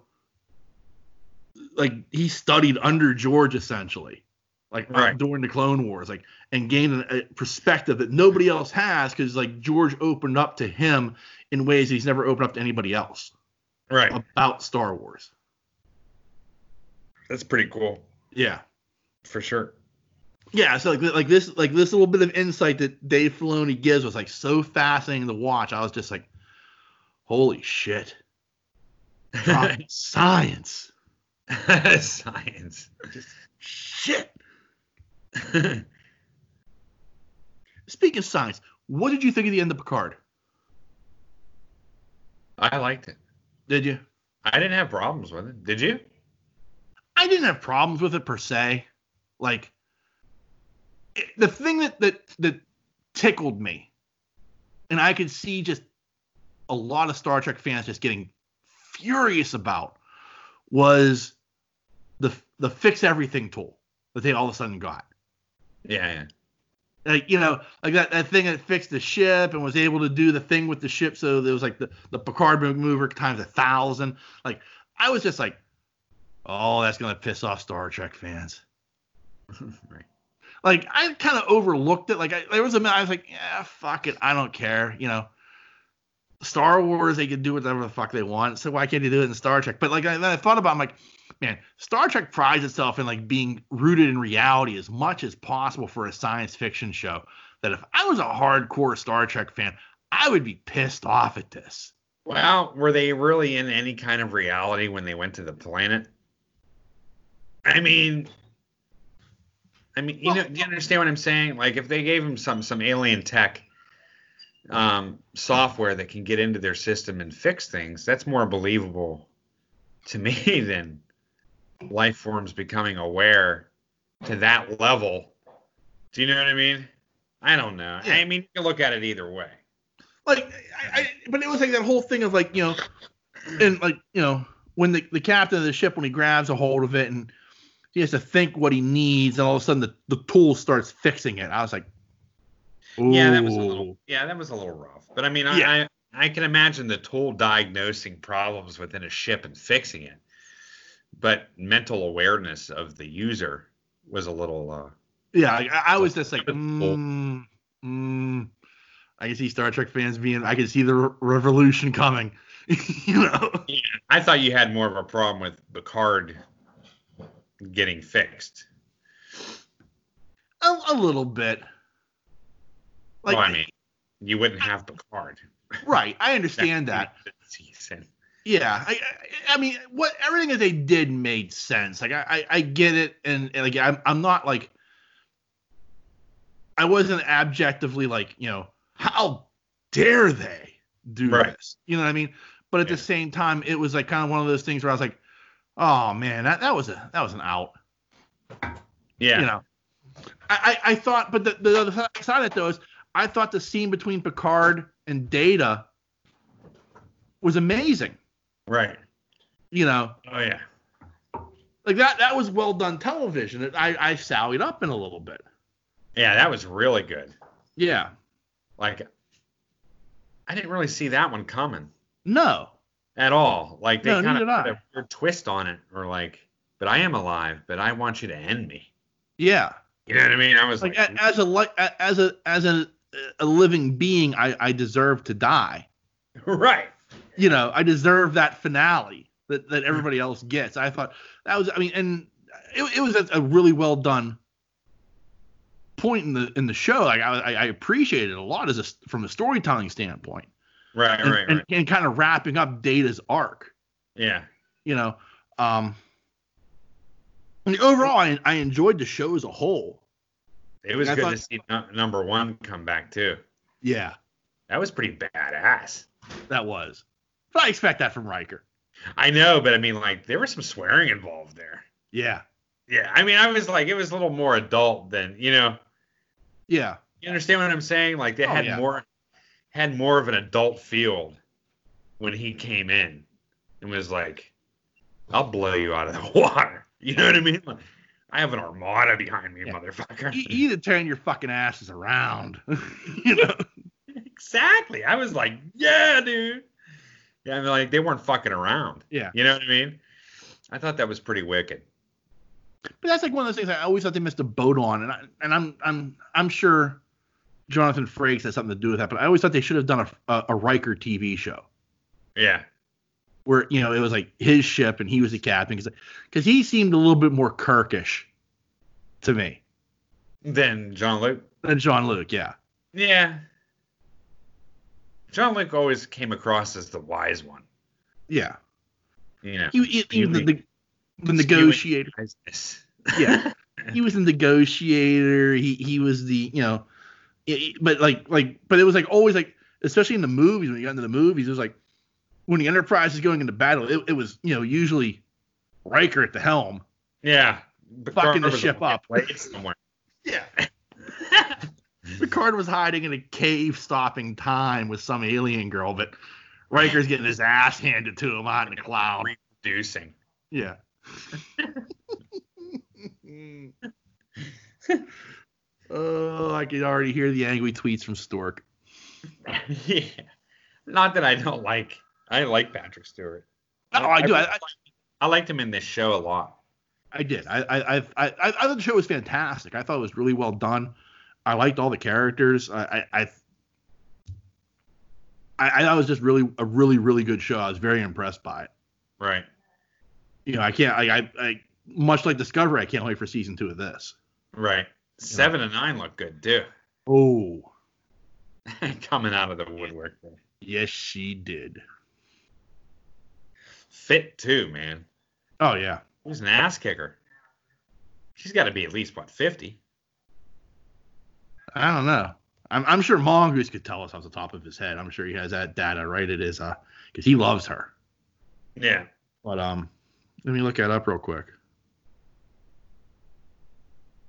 S1: like he studied under George essentially, like uh,
S2: Right.
S1: during the Clone Wars, like and gained a a perspective that nobody else has because like George opened up to him in ways that he's never opened up to anybody else
S2: Right.
S1: about Star Wars.
S2: That's pretty cool
S1: Yeah.
S2: for sure.
S1: Yeah, so like like this like this little bit of insight that Dave Filoni gives was like so fascinating to watch. I was just like, holy shit, Fucking science.
S2: Science.
S1: Shit. Speaking of science, what did you think of the end of Picard?
S2: I liked it.
S1: Did you?
S2: I didn't have problems with it. Did you?
S1: I didn't have problems with it per se. Like it- the thing that that that tickled me, and I could see just a lot of Star Trek fans just getting furious about was the the fix everything tool that they all of a sudden got.
S2: Yeah. yeah.
S1: Like you know, like that, that thing that fixed the ship and was able to do the thing with the ship, so there was like the the Picard mover times a thousand. Like I was just like, oh, that's gonna piss off Star Trek fans.
S2: right.
S1: like I kind of overlooked it. Like I, there was a minute I was like, yeah, fuck it, I don't care. You know, Star Wars they can do whatever the fuck they want, so why can't they do it in Star Trek? But like I, then I thought about, it, I'm like, man, Star Trek prides itself in like being rooted in reality as much as possible for a science fiction show. That if I was a hardcore Star Trek fan, I would be pissed off at this.
S2: Well, were they really in any kind of reality when they went to the planet? I mean, I mean, you know, do you understand what I'm saying? Like, if they gave them some some alien tech um, software that can get into their system and fix things, that's more believable to me than life forms becoming aware to that level. Do you know what I mean? I don't know. I
S1: Yeah.
S2: mean, you can look at it either way.
S1: like I, I but it was like that whole thing of like you know and like you know when the, the captain of the ship when he grabs a hold of it and he has to think what he needs and all of a sudden the, the tool starts fixing it i was like
S2: Yeah, that was a
S1: "Ooh."
S2: little. Yeah, that was a little rough. But I mean, I,
S1: Yeah.
S2: I I can imagine the tool diagnosing problems within a ship and fixing it, but mental awareness of the user was a little. Uh,
S1: yeah like, I, I was just like
S2: That was cool.
S1: mm, mm. i can see star trek fans being i can see the re- revolution coming you know
S2: I thought you had more of a problem with Picard getting fixed.
S1: a, a little bit like
S2: well, I mean, you wouldn't have Picard.
S1: right i understand that
S2: season.
S1: Yeah, I, I, I mean, what everything that they did made sense. Like, I, I, I get it, and, and like, I'm, I'm not like, I wasn't objectively like, you know, how dare they do
S2: Right.
S1: this? You know what I mean? But at the
S2: Yeah.
S1: same time, it was like kind of one of those things where I was like, oh man, that, that was a that was an out.
S2: Yeah.
S1: You know, I, I, I thought, but the, the other side of it though is, I thought the scene between Picard and Data was amazing.
S2: Right.
S1: You know,
S2: Oh yeah.
S1: Like that that was well done television. It- I I sallied up in a little bit.
S2: Yeah, that was really good.
S1: Yeah.
S2: Like, I didn't really see that one coming
S1: No.
S2: at all. Like they
S1: No,
S2: kind
S1: neither
S2: of
S1: did I.
S2: put a weird twist on it, or like, but I am alive, but I want you to end me.
S1: Yeah.
S2: You know what I mean? I was
S1: Like
S2: like,
S1: a- as a li- a- as a as a, a living being, I I deserve to die.
S2: right.
S1: you know, I deserve that finale that, that everybody else gets. I thought that was, I mean, and it, it was a, a really well done point in the in the show. Like I, I- I appreciated it a lot as a, from a storytelling standpoint,
S2: Right,
S1: and,
S2: right, right.
S1: and, and kind of wrapping up Data's arc.
S2: yeah.
S1: You know, um, and overall, I, I enjoyed the show as a whole.
S2: It was
S1: I
S2: good
S1: thought-
S2: to see nu- number one come back too.
S1: Yeah,
S2: That was pretty badass.
S1: that was. But I expect that from Riker.
S2: I know, but I mean, like, there was some swearing involved there.
S1: Yeah,
S2: Yeah, I mean, I was like, it was a little more adult than you know.
S1: yeah,
S2: You understand what I'm saying? Like, they
S1: Oh,
S2: had
S1: yeah.
S2: more had more of an adult field when he came in and was like, "I'll blow you out of the water." You know what I mean? Like, I have an armada behind me,
S1: Yeah.
S2: motherfucker.
S1: E- either tearing your fucking asses around, you know.
S2: exactly. I was like, "Yeah, dude." Yeah, I mean, like they weren't fucking around.
S1: Yeah.
S2: You know what I mean? I thought that was pretty wicked.
S1: But that's like one of those things I always thought they missed a boat on, and I, and I'm I'm I'm sure Jonathan Frakes has something to do with that. But I always thought they should have done a a, a Riker TV show
S2: Yeah.
S1: where you know it was like his ship and he was the captain because he seemed a little bit more Kirkish to me
S2: Then John Luke.
S1: than John Luke. Yeah,
S2: Yeah. John Luke always came across as the wise one.
S1: yeah.
S2: You know.
S1: He, he, he was the,
S2: Really?
S1: the, the negotiator.
S2: Business.
S1: Yeah. He was the negotiator. He he was the you know, i- i- but like like but it was like always like especially in the movies when you got into the movies it was like when the Enterprise is going into battle it, it was you know usually Riker at the helm.
S2: yeah. But
S1: Fucking the
S2: Garber's
S1: ship
S2: on
S1: up.
S2: the plate somewhere.
S1: Yeah. Picard was hiding in a cave, stopping time with some alien girl, but Riker's getting his ass handed to him out in the cloud.
S2: Reproducing.
S1: Yeah. oh, I can already hear the angry tweets from Stork.
S2: yeah. Not that I don't like. I like Patrick Stewart.
S1: Oh, I do. I, I,
S2: I liked him in this show a lot.
S1: I did. I, I, I, I, I thought the show was fantastic. I thought it was really well done. I liked all the characters. I, I, I, I, I thought it was just really a really really good show. I was very impressed by it.
S2: Right.
S1: You know, I can't. I, I, I much like Discovery, I can't wait for season two of this.
S2: Right. Seven and nine look good too.
S1: Oh,
S2: Coming out of the woodwork.
S1: yes, she did.
S2: Fit too, man.
S1: Oh yeah.
S2: Who's an ass kicker? She's got to be at least what fifty.
S1: I don't know. I'm, I'm sure Mongoose could tell us off the top of his head. I'm sure he has that data right. It is uh, because he loves her.
S2: Yeah.
S1: But um, let me look that up real quick.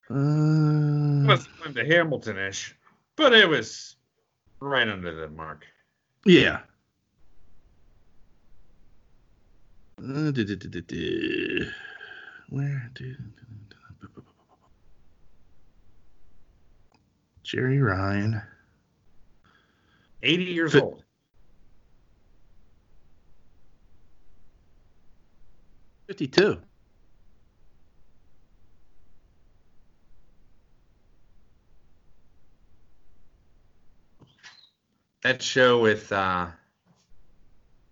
S2: It
S1: Uh,
S2: was Linda Hamilton-ish, but it was right under the mark.
S1: yeah. Uh, du- du- du- du- du. Where do Jerry Ryan?
S2: Eighty years
S1: Fit-
S2: old.
S1: 52.
S2: That show with uh,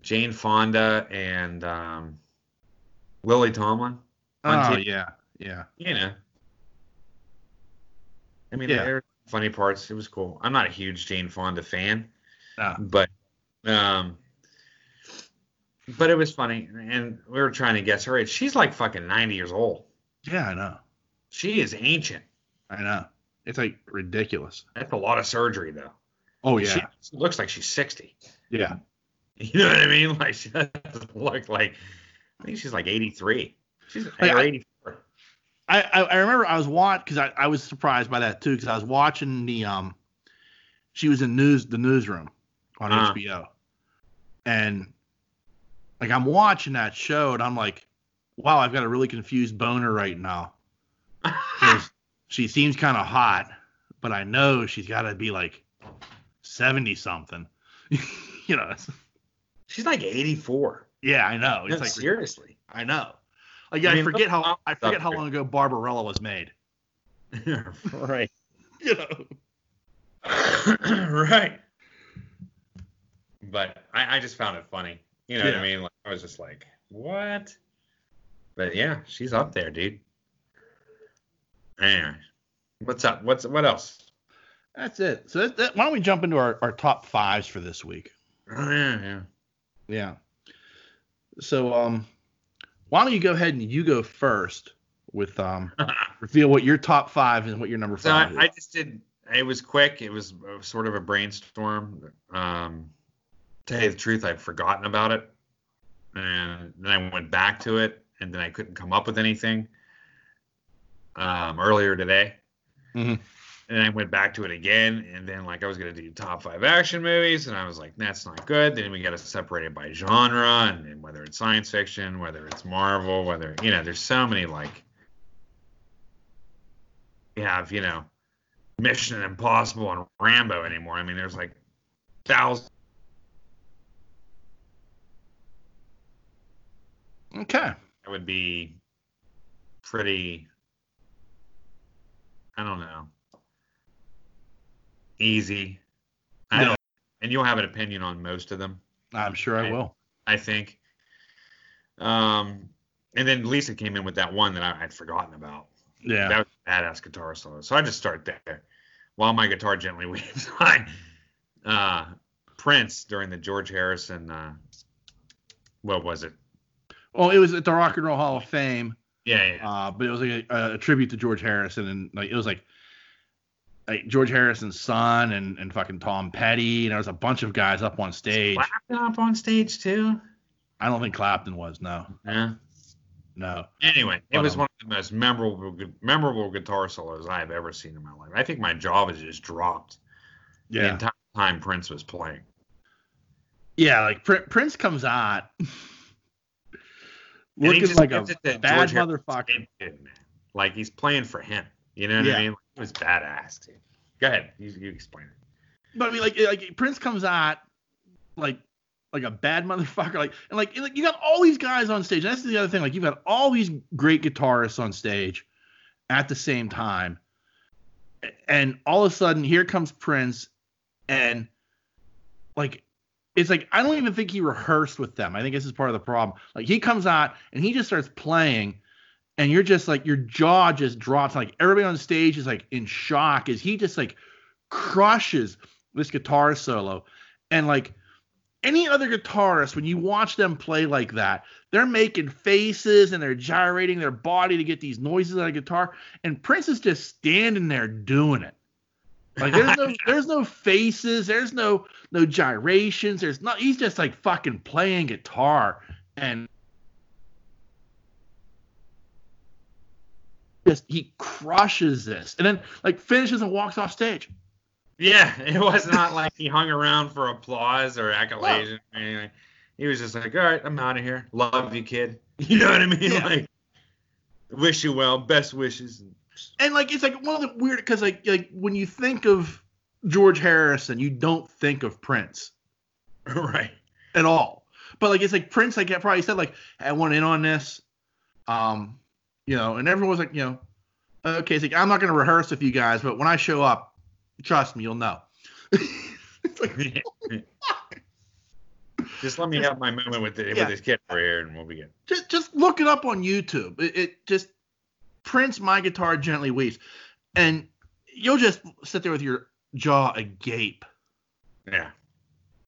S2: Jane Fonda and um, Lily Tomlin.
S1: Oh,
S2: TV.
S1: yeah. Yeah.
S2: You know. I mean,
S1: Yeah.
S2: there were funny parts. It was cool. I'm not a huge Jane Fonda fan,
S1: No.
S2: but um, but it was funny, and we were trying to guess her age. She's like fucking 90 years old.
S1: Yeah, I know.
S2: She is ancient.
S1: I know. It's like ridiculous.
S2: That's a lot of surgery, though.
S1: Oh, yeah.
S2: She looks like she's 60.
S1: yeah.
S2: You know what I mean? Like she doesn't look like. I think she's like 83. She's
S1: Like,
S2: or
S1: I-
S2: 84.
S1: I, I, I remember I was watching because I, I was surprised by that too because I was watching the um she was in news the newsroom on
S2: Uh-huh.
S1: HBO and like I'm watching that show and I'm like wow, I've got a really confused boner right now. 'Cause she seems kind of hot, but I know she's got to be like 70 something. you know, it's-
S2: She's like 84.
S1: yeah, I know. It's
S2: No,
S1: like
S2: seriously.
S1: I know. Like, yeah,
S2: I
S1: I,
S2: mean,
S1: forget
S2: look
S1: how
S2: how-
S1: I forget how long ago Barbarella was made.
S2: right.
S1: You know.
S2: right. But I, I just found it funny. You know what I
S1: Yeah.
S2: mean? Like, I was just like, what? But yeah, she's up there, dude. Anyway, what's up? What's what else?
S1: That's it. So that, that, why don't we jump into our, our top fives for this week?
S2: Oh yeah, yeah.
S1: Yeah. So um, why don't you go ahead and you go first with um reveal what your top five and what your number
S2: So
S1: five
S2: I, I
S1: is.
S2: just did. It was quick. It was uh, sort of a brainstorm. Um, to tell you the truth, I'd forgotten about it, and then I went back to it, and then I couldn't come up with anything. Um, earlier today,
S1: Mhm.
S2: and I went back to it again, and then like I was gonna do top five action movies, and I was like, that's not good. Then we got to separate it by genre, and, and whether it's science fiction, whether it's Marvel, whether you know, there's so many like. You have you know Mission Impossible and Rambo anymore. I mean, there's like thousands.
S1: okay.
S2: That would be pretty. I don't know. Easy. I
S1: Yeah.
S2: don't. And you'll have an opinion on most of them,
S1: I'm sure I
S2: I-
S1: will.
S2: I think. Um, and then Lisa came in with that one that I, I'd forgotten about.
S1: Yeah.
S2: That was a badass guitar solo. So I just start there. While my guitar gently weaves, I uh, Prince during the George Harrison. Uh, what was it?
S1: Well, it was at the Rock and Roll Hall of Fame,
S2: Yeah, yeah, yeah.
S1: uh, but it was like a, a tribute to George Harrison, and like it was like, like George Harrison's son and and fucking Tom Petty, and there was a bunch of guys up on stage.
S2: Laptop on stage too.
S1: I don't think Clapton was. No,
S2: Yeah.
S1: no.
S2: Anyway, it
S1: But,
S2: was
S1: um,
S2: one of the most memorable gu- memorable guitar solos I've ever seen in my life. I think my jaw was just dropped the
S1: Yeah.
S2: entire time Prince was playing.
S1: Yeah. Like Prin- Prince comes on.
S2: And he
S1: Looking
S2: just
S1: like a
S2: gives it to
S1: bad
S2: George Harrison.
S1: motherfucker.
S2: It- man. Like he's playing for him. You know what
S1: Yeah.
S2: I mean? It was badass, dude. Go ahead. You, you explain it.
S1: But I mean, like, like Prince comes out like like a bad motherfucker, like and like, and, like, you got all these guys on stage. And that's the other thing. Like you've got all these great guitarists on stage at the same time, A- and all of a sudden here comes Prince, and like it's like I don't even think he rehearsed with them. I think this is part of the problem. Like he comes out and he just starts playing. And you're just like your jaw just drops. Like everybody on stage is like in shock as he just like crushes this guitar solo. And like any other guitarist, when you watch them play like that, they're making faces and they're gyrating their body to get these noises out of guitar. And Prince is just standing there doing it. Like there's no there's no faces, there's no no gyrations, there's not he's just like fucking playing guitar and just he crushes this and then like finishes and walks off stage.
S2: Yeah, it was not like he hung around for applause or accolades or anything. He was just like, "All right, I'm out of here. Love you, kid." You know what I mean?
S1: Yeah.
S2: Like, wish you well, best wishes.
S1: and like it's like one of the weird because like like when you think of George Harrison, you don't think of Prince
S2: right.
S1: at all. But like it's like Prince, like I probably said, like I went in on this, um, you know, and everyone was like, you know, okay, it's like I'm not gonna rehearse with you guys, but when I show up, trust me, you'll know. it's like
S2: just let me have my moment with, the,
S1: Yeah.
S2: with this kid over here, and we'll be good.
S1: just just look it up on YouTube. It, it just Prince "My Guitar Gently Weeps," and you'll just sit there with your jaw agape.
S2: Yeah.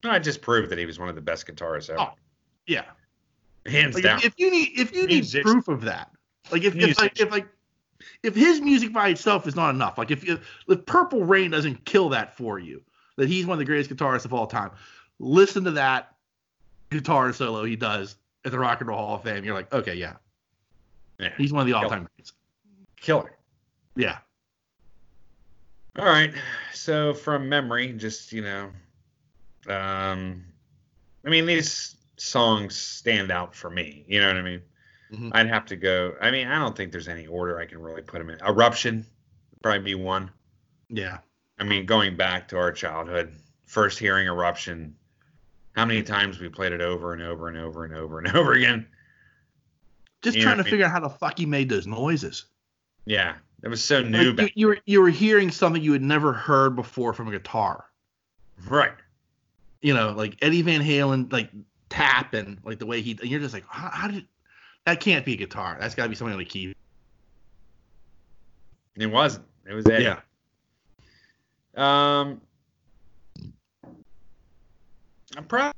S2: No, I just proved that he was one of the best guitarists ever,
S1: Oh, Yeah.
S2: hands
S1: Like,
S2: down.
S1: if, if you need if you
S2: Music.
S1: need proof of that, like if, if like if like if his music by itself is not enough, like if if if Purple Rain doesn't kill that for you, that he's one of the greatest guitarists of all time, listen to that guitar solo he does at the Rock and Roll Hall of Fame. You're like, okay, yeah,
S2: yeah.
S1: he's one of the all time greats.
S2: Killer.
S1: Yeah,
S2: All right. So from memory, just you know, um, I mean these songs stand out for me. You know what I mean?
S1: Mhm.
S2: I'd have to go. I mean, I don't think there's any order I can really put them in. Eruption would probably be one.
S1: Yeah.
S2: I mean, going back to our childhood, first hearing Eruption, how many times we played it over and over and over and over and over again.
S1: Just
S2: Yeah,
S1: trying to
S2: I mean-
S1: figure out how the fuck he made those noises.
S2: Yeah, it was so
S1: Like,
S2: new
S1: you,
S2: back.
S1: you were you were hearing something you had never heard before from a guitar.
S2: Right.
S1: You know, like Eddie Van Halen, like tap and like the way he. And you're just like, how, how did that can't be a guitar? That's got to be something on the key.
S2: It wasn't. It was Eddie. Um, I'm probably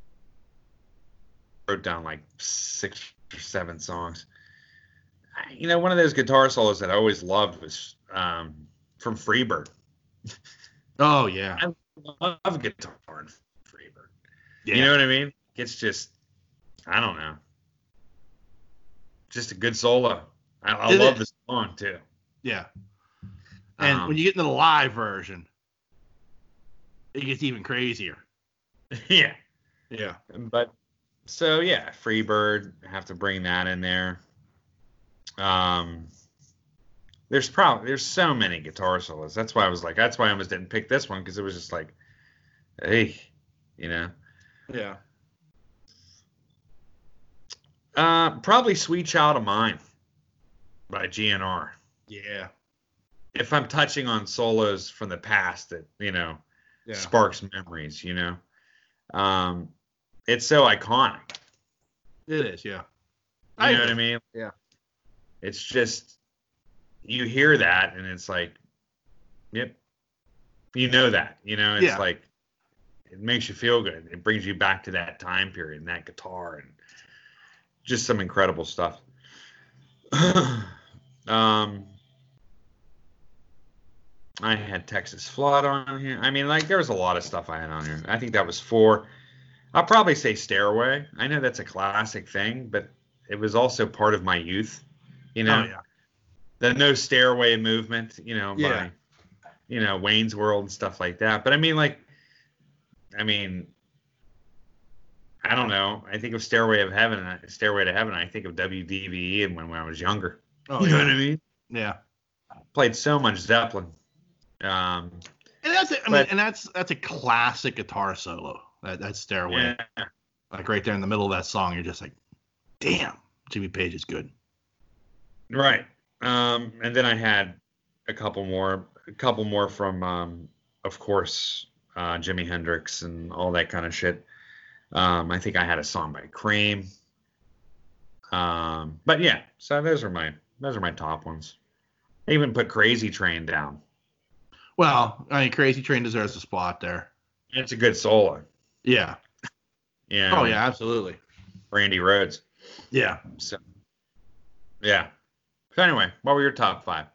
S2: wrote down like six or seven songs. I- You know, one of those guitar solos that I always loved was um, from Freebird.
S1: Oh yeah.
S2: I love guitar in Freebird.
S1: yeah.
S2: You know what I mean? It's just, I don't know, just a good solo. I, I
S1: It
S2: love
S1: is.
S2: this song too.
S1: yeah. And
S2: Um,
S1: when you get into the live version, it gets even crazier.
S2: yeah.
S1: Yeah.
S2: but so yeah, Freebird have to bring that in there. Um, there's probably there's so many guitar solos. That's why I was like, that's why I almost didn't pick this one because it was just like, hey, you know,
S1: Yeah.
S2: uh, probably "Sweet Child of Mine" by GNR.
S1: Yeah.
S2: If I'm touching on solos from the past that you know
S1: Yeah.
S2: sparks memories, you know, um, it's so iconic.
S1: It is. Yeah.
S2: You know what I mean?
S1: Yeah.
S2: It's just you hear that and it's like, yep, you know that. You know, it's
S1: Yeah.
S2: like it makes you feel good. It brings you back to that time period and that guitar and just some incredible stuff. um, I had Texas Flood on here. I mean, like there was a lot of stuff I had on here. I think that was four. I'll probably say Stairway. I know that's a classic thing, but it was also part of my youth. You know,
S1: Oh, yeah.
S2: the no stairway movement, you know,
S1: Yeah.
S2: by you know, Wayne's World and stuff like that. But I mean like I mean I don't know. I think of Stairway of Heaven and I- Stairway to Heaven, I think of WDVE E and when, when I was younger.
S1: Oh,
S2: you know
S1: yeah.
S2: what I mean?
S1: yeah.
S2: Played so much Zeppelin. Um
S1: And that's it. I mean,
S2: But-
S1: and that's that's a classic guitar solo. That that stairway,
S2: yeah,
S1: like right there in the middle of that song, you're just like, damn, Jimmy Page is good.
S2: right. Um and then I had a couple more a couple more from um of course uh Jimi Hendrix and all that kind of shit. Um, I think I had a song by Cream. Um, but yeah, so those are my those are my top ones. I even put Crazy Train down.
S1: Well, I mean, Crazy Train deserves a spot there.
S2: It's a good solo.
S1: Yeah.
S2: Yeah.
S1: Oh yeah, absolutely.
S2: Randy Rhodes.
S1: Yeah.
S2: So yeah. So anyway, what were your top five?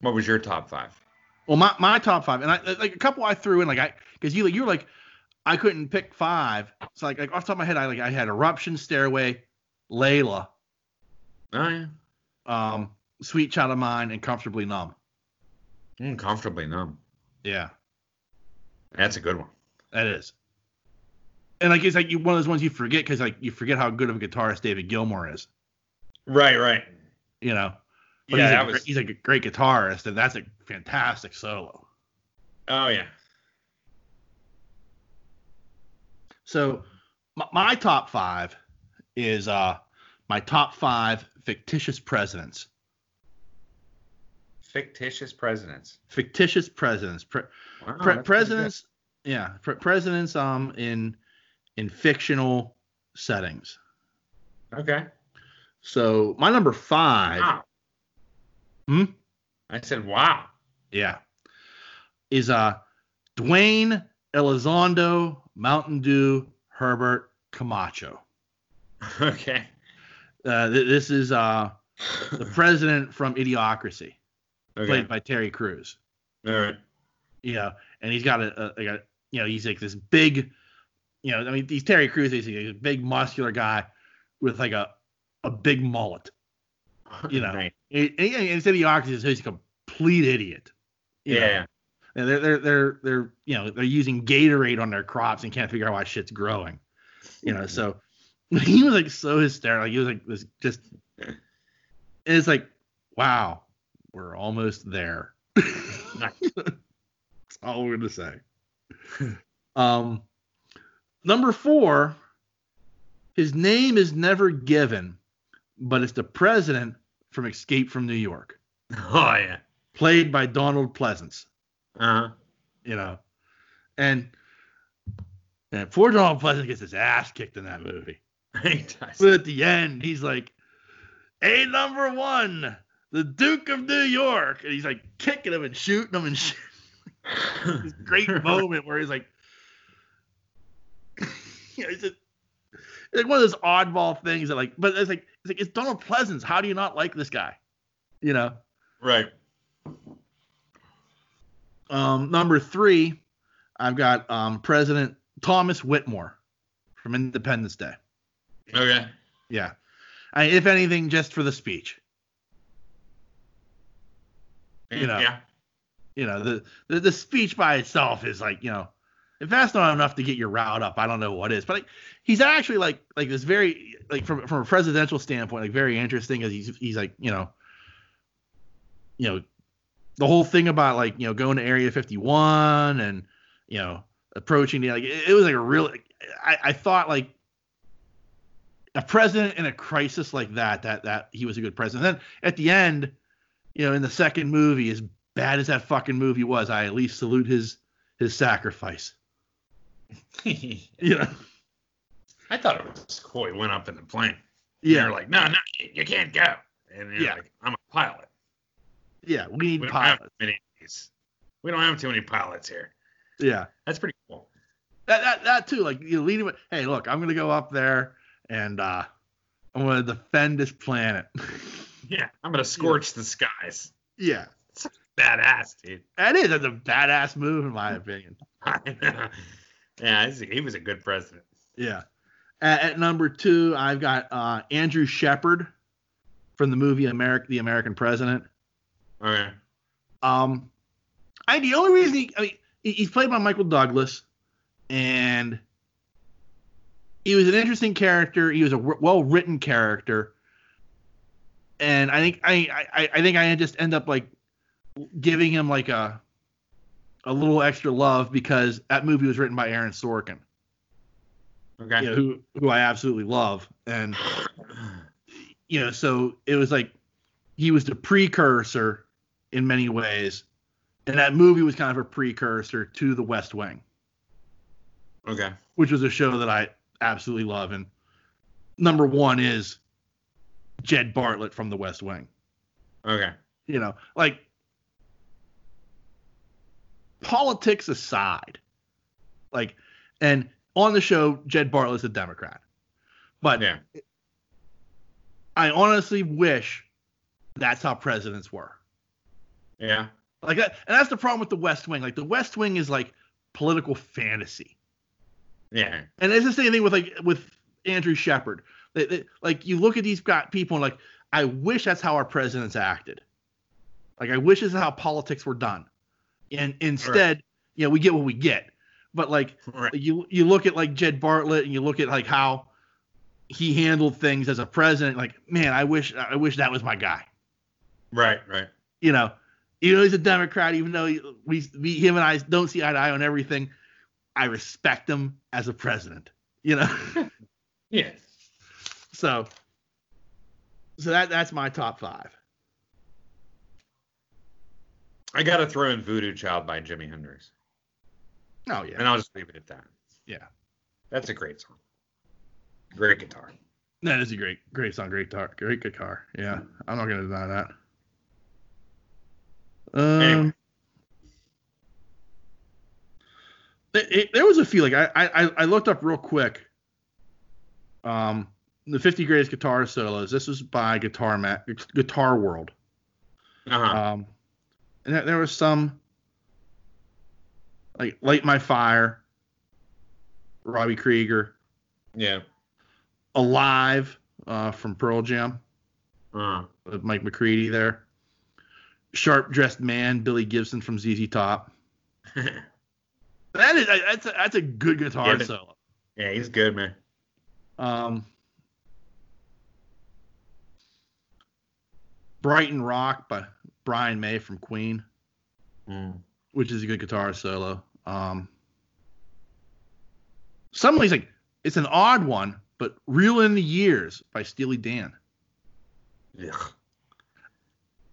S2: What was your top five?
S1: Well, my, my top five, and I like a couple I threw in, like I because you like you were like I couldn't pick five. So like, like off the top of my head, I like I had Eruption, Stairway, Layla,
S2: Oh yeah.
S1: um, Sweet Child of Mine, and Comfortably Numb.
S2: Mm, comfortably numb.
S1: Yeah.
S2: That's a good one.
S1: That is. And like it's like you, one of those ones you forget because like you forget how good of a guitarist David Gilmour is,
S2: Right, right.
S1: you know. But
S2: Yeah,
S1: he's,
S2: that
S1: a, gr-
S2: was
S1: he's a great guitarist, and that's a fantastic solo.
S2: oh yeah.
S1: So my, my top five is uh my top five fictitious presidents.
S2: Fictitious presidents.
S1: Fictitious presidents. Pre-
S2: Wow, Oh, that's
S1: pre-
S2: pretty good.
S1: presidents. Yeah, pre- presidents. Um, in in fictional settings.
S2: Okay.
S1: So my number five.
S2: Wow.
S1: Hmm?
S2: I said, wow.
S1: Yeah. Is uh Dwayne Elizondo Mountain Dew Herbert Camacho.
S2: okay.
S1: Uh, th- this is uh the president from Idiocracy,
S2: okay.
S1: played by Terry Crews.
S2: All right.
S1: You know, and he's got a, a, like a you know he's like this big, you know I mean he's Terry Crews. He's like a big muscular guy with like a a big mullet. You know.
S2: Nice.
S1: And, and, and it's Idiocracy, so he's a complete idiot. you know.
S2: Yeah.
S1: And they're they're they're they're
S2: Mm-hmm.
S1: you know they're using Gatorade on their crops and can't figure out why shit's growing. You know, so He was like so hysterical. He was like this just. and it's like, wow, we're almost there. That's all we're gonna say. Um, number four. His name is never given, but it's the president from Escape from New York,
S2: Oh yeah.
S1: played by Donald Pleasance.
S2: Uh huh.
S1: you know. And and poor Donald Pleasant gets his ass kicked in that movie. But at the end, he's like, "A number one, the Duke of New York," and he's like kicking him and shooting him and sh- this great moment where he's like, you know, he's just, it's like one of those oddball things that like, but it's like it's like it's Donald Pleasance. How do you not like this guy? You know.
S2: Right.
S1: Um, number three, I've got um, President Thomas Whitmore from Independence Day.
S2: Okay.
S1: Yeah. I, if anything, just for the speech. You know.
S2: Yeah.
S1: You know, the, the, the speech by itself is like, you know, if that's not enough to get your route up, I don't know what is. But like, he's actually like like this very like from from a presidential standpoint, like very interesting because he's he's like, you know, you know, the whole thing about like, you know, going to Area 51 and you know, approaching the like it, it was like a real I, I thought like a president in a crisis like that that that he was a good president then at the end you know in the second movie as bad as that fucking movie was i at least salute his his sacrifice you know
S2: I thought it was cool. He went up in the plane. Yeah.
S1: yeah
S2: They're like, no, no, you can't go. And they're
S1: Yeah.
S2: like, I'm a pilot.
S1: yeah we need
S2: We don't have
S1: pilots
S2: many of these. We don't have too many pilots here.
S1: yeah
S2: That's pretty cool.
S1: that, that that too like you know, leading with hey look i'm gonna go up there and uh i'm gonna defend this planet
S2: Yeah. I'm gonna scorch the skies.
S1: yeah
S2: Badass, dude.
S1: that is that's a badass move in my opinion
S2: yeah, this- he was a good president.
S1: Yeah. At, at number two, I've got uh, Andrew Shepard from the movie America, The American President.
S2: Okay.
S1: Um, I the only reason he, I mean, he- he's played by Michael Douglas, and he was an interesting character. He was a well written character, and I think I, I I think I just end up like giving him like a a little extra love because that movie was written by Aaron Sorkin
S2: Okay.
S1: you know, who who I absolutely love, and you know, so it was like he was the precursor in many ways, and that movie was kind of a precursor to The West Wing,
S2: Okay.
S1: which was a show that I absolutely love. And number one is Jed Bartlett from The West Wing.
S2: Okay.
S1: You know, like politics aside, like, and on the show, Jed Bartlett's a Democrat, but
S2: Yeah.
S1: I honestly wish that's how presidents were.
S2: Yeah.
S1: Like that, and that's the problem with the West Wing. Like the West Wing is like political fantasy,
S2: Yeah.
S1: and it's the same thing with like with Andrew Shepard. They- they- Like you look at these got people, and like I wish that's how our presidents acted. Like I wish this is how politics were done, and instead, you know, we get what we get. But like
S2: Right.
S1: you you look at like Jed Bartlett and you look at like how he handled things as a president. Like man, I wish I wish that was my guy.
S2: Right. Right.
S1: you know, even though he's a Democrat, even though he- we, we him and I don't see eye to eye on everything, I respect him as a president. You know,
S2: Yeah.
S1: so so that that's my top five.
S2: I gotta throw in Voodoo Child by Jimi Hendrix.
S1: Oh yeah,
S2: And I'll just leave it at that.
S1: Yeah.
S2: That's a great song. Great guitar.
S1: that is a great great song, great guitar, great guitar. Yeah, I'm not gonna deny that. Um,
S2: Anyway.
S1: it- it- there was a few like I, I I looked up real quick. Um, the 50 greatest guitar solos. This was by Guitar Ma- Guitar World.
S2: Uh-huh.
S1: Um, and there, there was some like Light My Fire, Robbie Krieger,
S2: yeah.
S1: Alive uh, from Pearl Jam
S2: Uh-huh.
S1: with Mike McCready there, Sharp Dressed Man, Billy Gibson from ZZ Top. That is that's a, that's a good guitar
S2: Yeah, but-
S1: solo.
S2: yeah, he's good, man.
S1: Um, Brighton Rock by Brian May from Queen,
S2: Mm.
S1: which is a good guitar solo. Um, somebody's like, it's an odd one, but Real in the Years by Steely Dan.
S2: Ugh.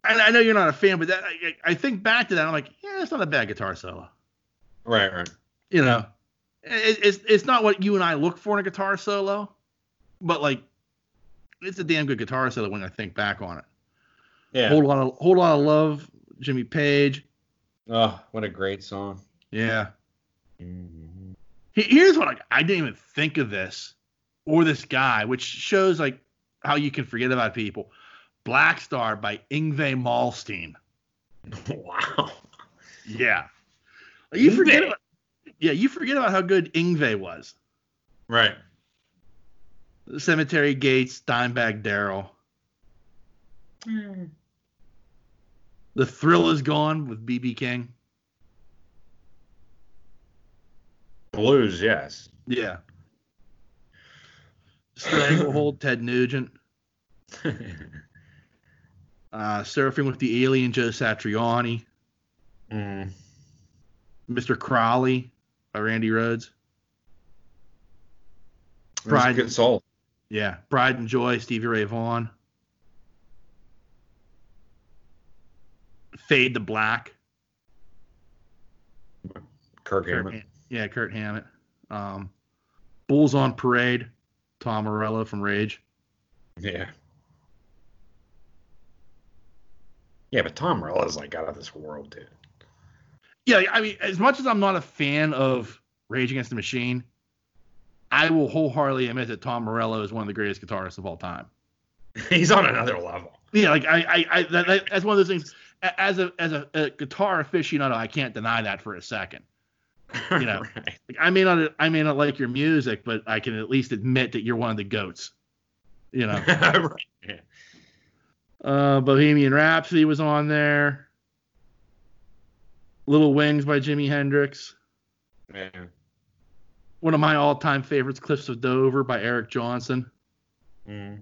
S1: And I know you're not a fan, but that I, I- I think back to that, I'm like, yeah, it's not a bad guitar solo.
S2: Right, right.
S1: You know, it, it's it's not what you and I look for in a guitar solo, but like, it's a damn good guitar solo when I think back on it.
S2: Yeah.
S1: Hold on, hold on, love, Jimmy Page.
S2: oh, what a great song.
S1: Yeah.
S2: Mm-hmm.
S1: He- Here's what I, I didn't even think of this or this guy, which shows like how you can forget about people. Black Star by Ingve Malmsteen.
S2: Wow.
S1: Yeah. You forget
S2: Yngwie?
S1: about, Yeah, you forget about how good Ingve was.
S2: Right.
S1: Cemetery Gates, Dimebag Daryl. The Thrill Is Gone with BB King.
S2: Blues, yes.
S1: Yeah. Stranglehold, Ted Nugent. Mm. Uh, Surfing with the Alien, Joe Satriani.
S2: Mm.
S1: Mr. Crowley by Randy Rhodes.
S2: That's a
S1: Pride.
S2: good soul.
S1: Yeah, Pride and Joy, Stevie Ray Vaughan. Fade to Black.
S2: Kirk
S1: Kurt
S2: Hammett.
S1: Han- yeah, Kurt Hammett. Um, Bulls on Parade, Tom Morello from Rage.
S2: Yeah. Yeah, but Tom Morello's like out of this world, dude.
S1: Yeah, I mean, as much as I'm not a fan of Rage Against the Machine, I will wholeheartedly admit that Tom Morello is one of the greatest guitarists of all time.
S2: He's on another level.
S1: Yeah, like I, I, I that, that, that's one of those things. a- As a as a, a guitar aficionado, I can't deny that for a second. You know.
S2: Right.
S1: Like, I may not I may not like your music, but I can at least admit that you're one of the goats. You know,
S2: Right.
S1: uh, Bohemian Rhapsody was on there. Little Wings by Jimi Hendrix.
S2: Yeah.
S1: One of my all-time favorites, Cliffs of Dover by Eric Johnson.
S2: Mm.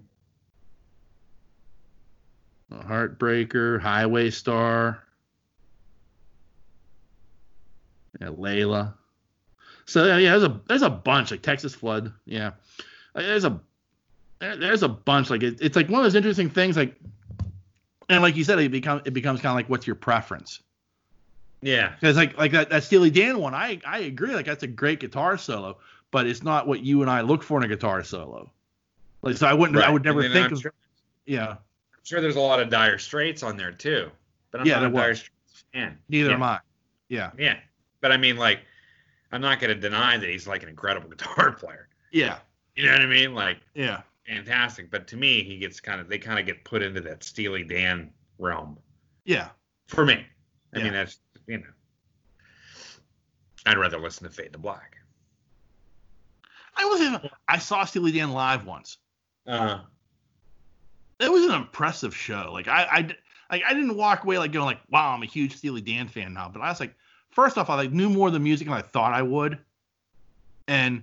S1: Heartbreaker, Highway Star, yeah, Layla. So yeah, yeah, there's a there's a bunch like Texas Flood. Yeah, Like, there's a there- there's a bunch like it, it's like one of those interesting things like, and like you said, it become it becomes kind of like what's your preference?
S2: Yeah.
S1: Because like like that, that Steely Dan one, I I agree like that's a great guitar solo, but it's not what you and I look for in a guitar solo. Like so, I wouldn't I
S2: Right.
S1: would never
S2: And then
S1: think
S2: I'm
S1: of
S2: sure,
S1: yeah.
S2: I'm sure there's a lot of dire straits on there too. But I'm
S1: Yeah,
S2: not a
S1: there
S2: dire
S1: was.
S2: straits fan.
S1: Neither
S2: yeah.
S1: am I. Yeah.
S2: Yeah. But I mean like I'm not gonna deny that he's like an incredible guitar player.
S1: Yeah.
S2: You know what I mean? Like
S1: Yeah.
S2: fantastic. But to me he gets kind of they kind of get put into that Steely Dan realm.
S1: Yeah.
S2: For me. I
S1: Yeah.
S2: mean that's you know. I'd rather listen to Fade to Black.
S1: I was in, I saw Steely Dan live once.
S2: Uh
S1: It was an impressive show. Like I, I d- like I didn't walk away like going like, wow, I'm a huge Steely Dan fan now. But I was like, first off, I like knew more of the music than I thought I would. And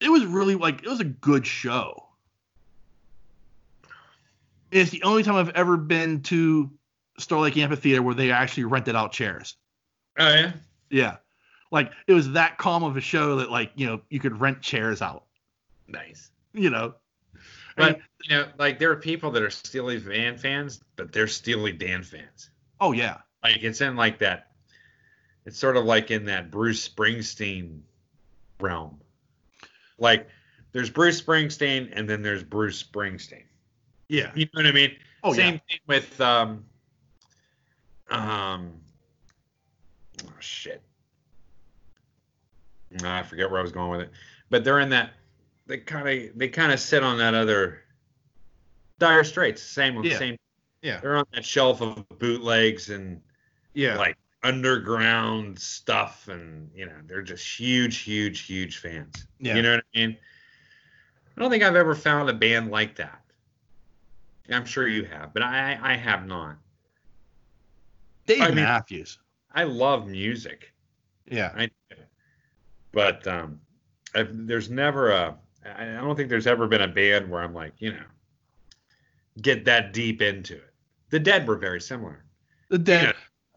S1: it was really like it was a good show. It's the only time I've ever been to Star Lake Amphitheater where they actually rented out chairs.
S2: oh yeah.
S1: Yeah. Like it was that calm of a show that like, you know, you could rent chairs out,
S2: Nice.
S1: you know.
S2: But you know, like there are people that are Steely Dan fans, but they're Steely Dan fans.
S1: Oh yeah.
S2: Like it's in like that. It's sort of like in that Bruce Springsteen realm. Like there's Bruce Springsteen, and then there's Bruce Springsteen.
S1: Yeah.
S2: You know what I mean?
S1: Oh
S2: Same
S1: yeah.
S2: thing with um, um, oh shit. Nah, I forget where I was going with it, but they're in that. They kind of they kind of sit on that other. Dire Straits, same
S1: Yeah.
S2: same.
S1: Yeah.
S2: They're on that shelf of bootlegs and
S1: Yeah.
S2: like underground stuff and you know they're just huge huge huge fans
S1: Yeah.
S2: you know what i mean i don't think i've ever found a band like that i'm sure you have but i i have not
S1: Dave
S2: I mean-
S1: Matthews.
S2: i love music
S1: Yeah.
S2: i but um I've, there's never a i I don't think there's ever been a band where i'm like you know get that deep into it. The dead were very similar.
S1: The dead.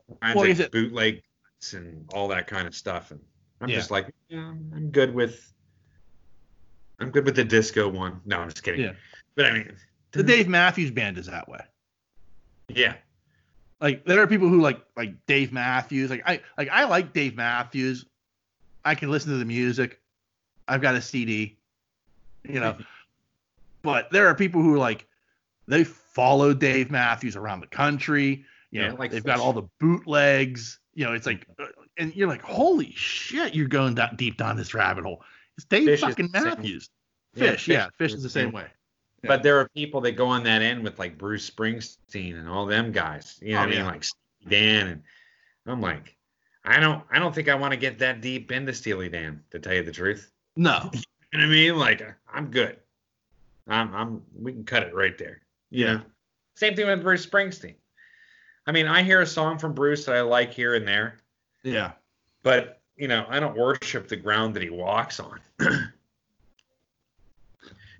S2: Yeah. Mine's
S1: Well,
S2: like
S1: is it-
S2: bootlegs and all that kind of stuff. And I'm
S1: Yeah.
S2: just like, yeah, I'm good with. I'm good with the disco one. No, I'm just kidding.
S1: Yeah.
S2: But I mean,
S1: The Dave Matthews Band is that way.
S2: yeah,
S1: Like there are people who like like Dave Matthews. Like I like I like Dave Matthews. I can listen to the music. I've got a CD. You know. but there are people who like they follow Dave Matthews around the country. You
S2: Yeah,
S1: know,
S2: like
S1: they've got all the bootlegs. You know, it's like, uh, and you're like, holy shit, you're going down, deep down this rabbit hole. It's Dave
S2: Fish is
S1: fucking
S2: the same.
S1: Matthews.
S2: Yeah,
S1: Fish, yeah, fish is the same way. Yeah.
S2: But there are people that go on that end with like Bruce Springsteen and all them guys. You
S1: Oh,
S2: know what I mean?
S1: yeah.
S2: Like Steely Dan and I'm like, I don't I don't think I want to get that deep into Steely Dan, to tell you the truth.
S1: No,
S2: You know what I mean? Like I'm good. I'm I'm we can cut it right there. you
S1: Yeah.
S2: know? Same thing with Bruce Springsteen. I mean, I hear a song from Bruce that I like here and there,
S1: yeah,
S2: but you know, I don't worship the ground that he walks on.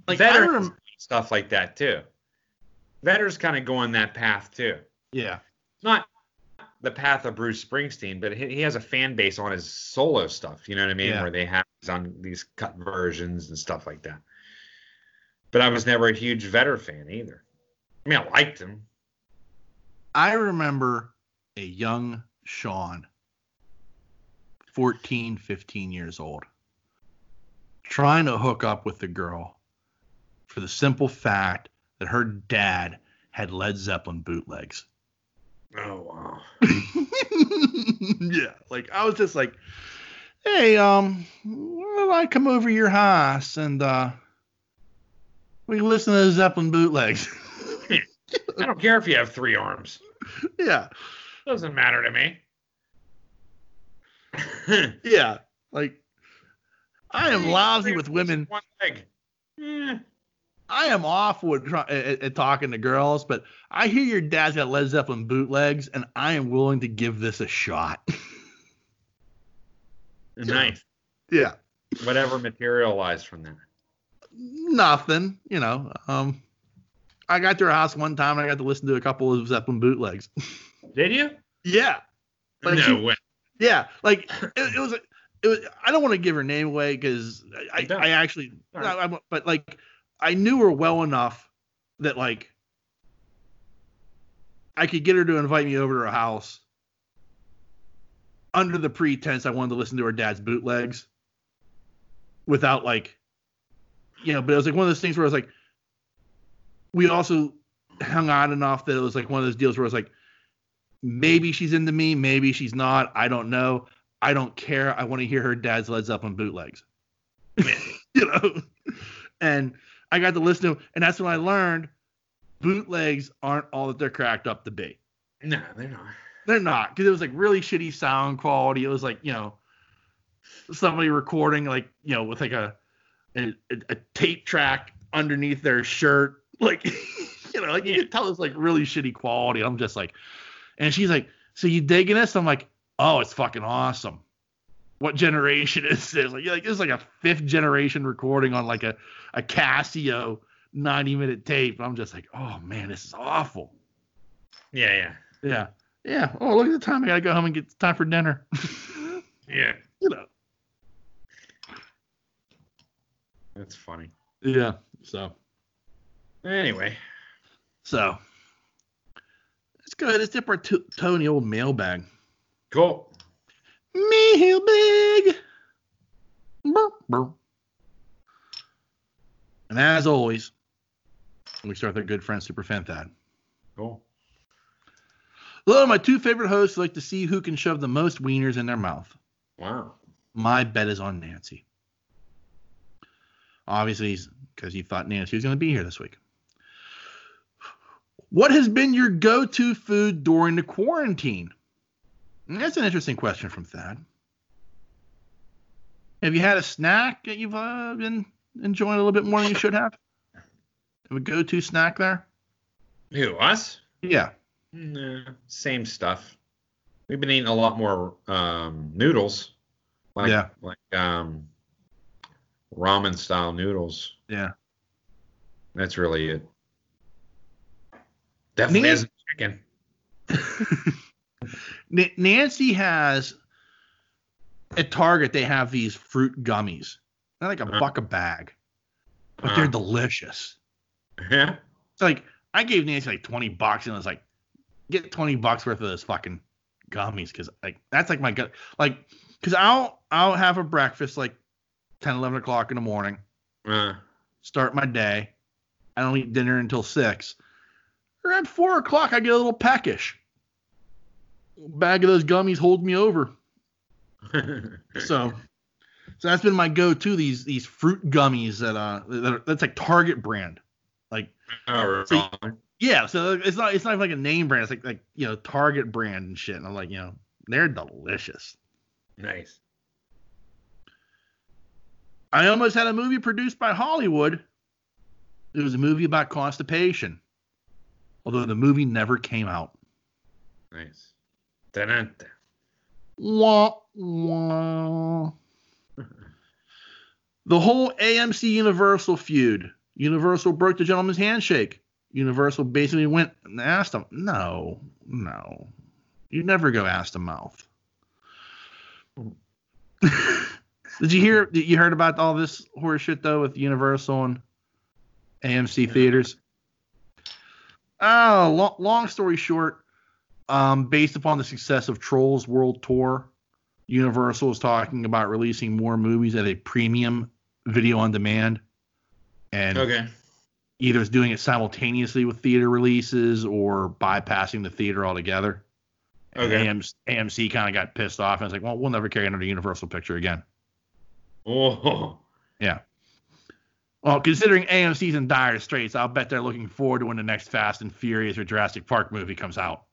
S1: like I
S2: Veterans
S1: remember,
S2: stuff like that too. Vetter's kind of going that path too.
S1: yeah,
S2: not the path of Bruce Springsteen, but he, he has a fan base on his solo stuff. You know what I mean?
S1: Yeah.
S2: Where they have these on these cut versions and stuff like that. But I was never a huge Vetter fan either. I mean, I liked him.
S1: I remember a young Sean, 14, 15 years old, trying to hook up with the girl for the simple fact that her dad had Led Zeppelin bootlegs.
S2: Oh wow.
S1: yeah, like I was just like, hey, um, why don't I come over to your house and uh, we can listen to the Zeppelin bootlegs.
S2: I don't care if you have three arms.
S1: yeah,
S2: Doesn't matter to me.
S1: yeah, like I am lousy with women.
S2: One leg. Eh,
S1: I am awful at, try- at, at talking to girls, but I hear your dad's got Led Zeppelin bootlegs, and I am willing to give this a shot.
S2: nice.
S1: yeah,
S2: Whatever materialized from that.
S1: nothing, you know. Um, I got to her house one time, and I got to listen to a couple of Zeppelin bootlegs.
S2: Did you?
S1: yeah, Like
S2: no
S1: you-
S2: way.
S1: yeah, like it, it was. It was. I don't want to give her name away because I, I,
S2: Don't.
S1: I actually,
S2: All
S1: no, I'm- but like, I knew her well enough that like, I could get her to invite me over to her house under the pretense I wanted to listen to her dad's bootlegs without like, you know. But it was like one of those things where I was like, we also hung out enough that it was like one of those deals where I was like, maybe she's into me, maybe she's not. I don't know. I don't care. I want to hear her dad's Led Zeppelin bootlegs. you know? And I got to listen to 'em, and that's when I learned bootlegs aren't all that they're cracked up to be.
S2: No, they're not.
S1: They're not, because it was like really shitty sound quality. It was like, you know, somebody recording like, you know, with like a a, a tape track underneath their shirt. Like, you know, like you can tell it's like really shitty quality. I'm just like, and she's like, so you digging this? I'm like, oh, it's fucking awesome. What generation is this? Like, like this is like a fifth generation recording on like a, a Casio 90 minute tape. I'm just like, oh man, this is awful.
S2: Yeah, yeah.
S1: Yeah. Yeah. Oh, look at the time. I gotta go home and get it's time for dinner.
S2: Yeah.
S1: you know.
S2: That's funny.
S1: Yeah. So.
S2: Anyway,
S1: So. Let's go ahead. Let's dip our to toe in the old mailbag.
S2: cool.
S1: Mailbag. Burp, burp. And as always, we start with our good friend Super Fan Thad.
S2: Cool.
S1: Hello, my two favorite hosts like to see who can shove the most wieners in their mouth.
S2: Wow.
S1: My bet is on Nancy. Obviously, because you thought Nancy was going to be here this week. What has been your go to food during the quarantine? And that's an interesting question from Thad. Have you had a snack that you've uh, been enjoying a little bit more than you should have? Have a go to snack there?
S2: Who, us?
S1: Yeah.
S2: Nah, same stuff. We've been eating a lot more um, noodles. Like,
S1: Yeah.
S2: Like um, ramen style noodles.
S1: Yeah.
S2: That's really it. Definitely
S1: Me-
S2: isn't chicken.
S1: N- Nancy has at Target they have these fruit gummies. They're like a
S2: Uh-huh.
S1: buck a bag, but they're
S2: Uh,
S1: delicious.
S2: yeah.
S1: It's like I gave Nancy like twenty bucks and I was like, get twenty bucks worth of this fucking gummies because like that's like my gut like because I'll I'll have a breakfast like 10, 11 o'clock in the morning,
S2: Uh,
S1: start my day. I don't eat dinner until six. Around four o'clock, I get a little peckish. Bag of those gummies hold me over. So, so that's been my go-to these these fruit gummies that uh that are, that's like Target brand.
S2: Oh,
S1: So-
S2: wrong.
S1: Yeah, so it's not it's not even like a name brand. It's like like you know Target brand and shit. And I'm like you know they're delicious.
S2: nice.
S1: I almost had a movie produced by Hollywood. It was a movie about constipation, although the movie never came out.
S2: Nice. Dun-dun-dun.
S1: Wah, wah. The whole AMC Universal feud. Universal broke the gentleman's handshake. Universal basically went and asked him, no, no. You never go ass to mouth. did you hear? Did you heard about all this horse shit though with Universal and AMC
S2: Yeah.
S1: theaters? Oh, long, long story short, um, based upon the success of Trolls World Tour, Universal is talking about releasing more movies at a premium video on demand, and
S2: Okay.
S1: either is doing it simultaneously with theater releases or bypassing the theater altogether. And
S2: Okay.
S1: AMC, kind of got pissed off and was like, "Well, we'll never carry another Universal picture again."
S2: Oh.
S1: Well, considering AMC's in dire straits, I'll bet they're looking forward to when the next Fast and Furious or Jurassic Park movie comes out.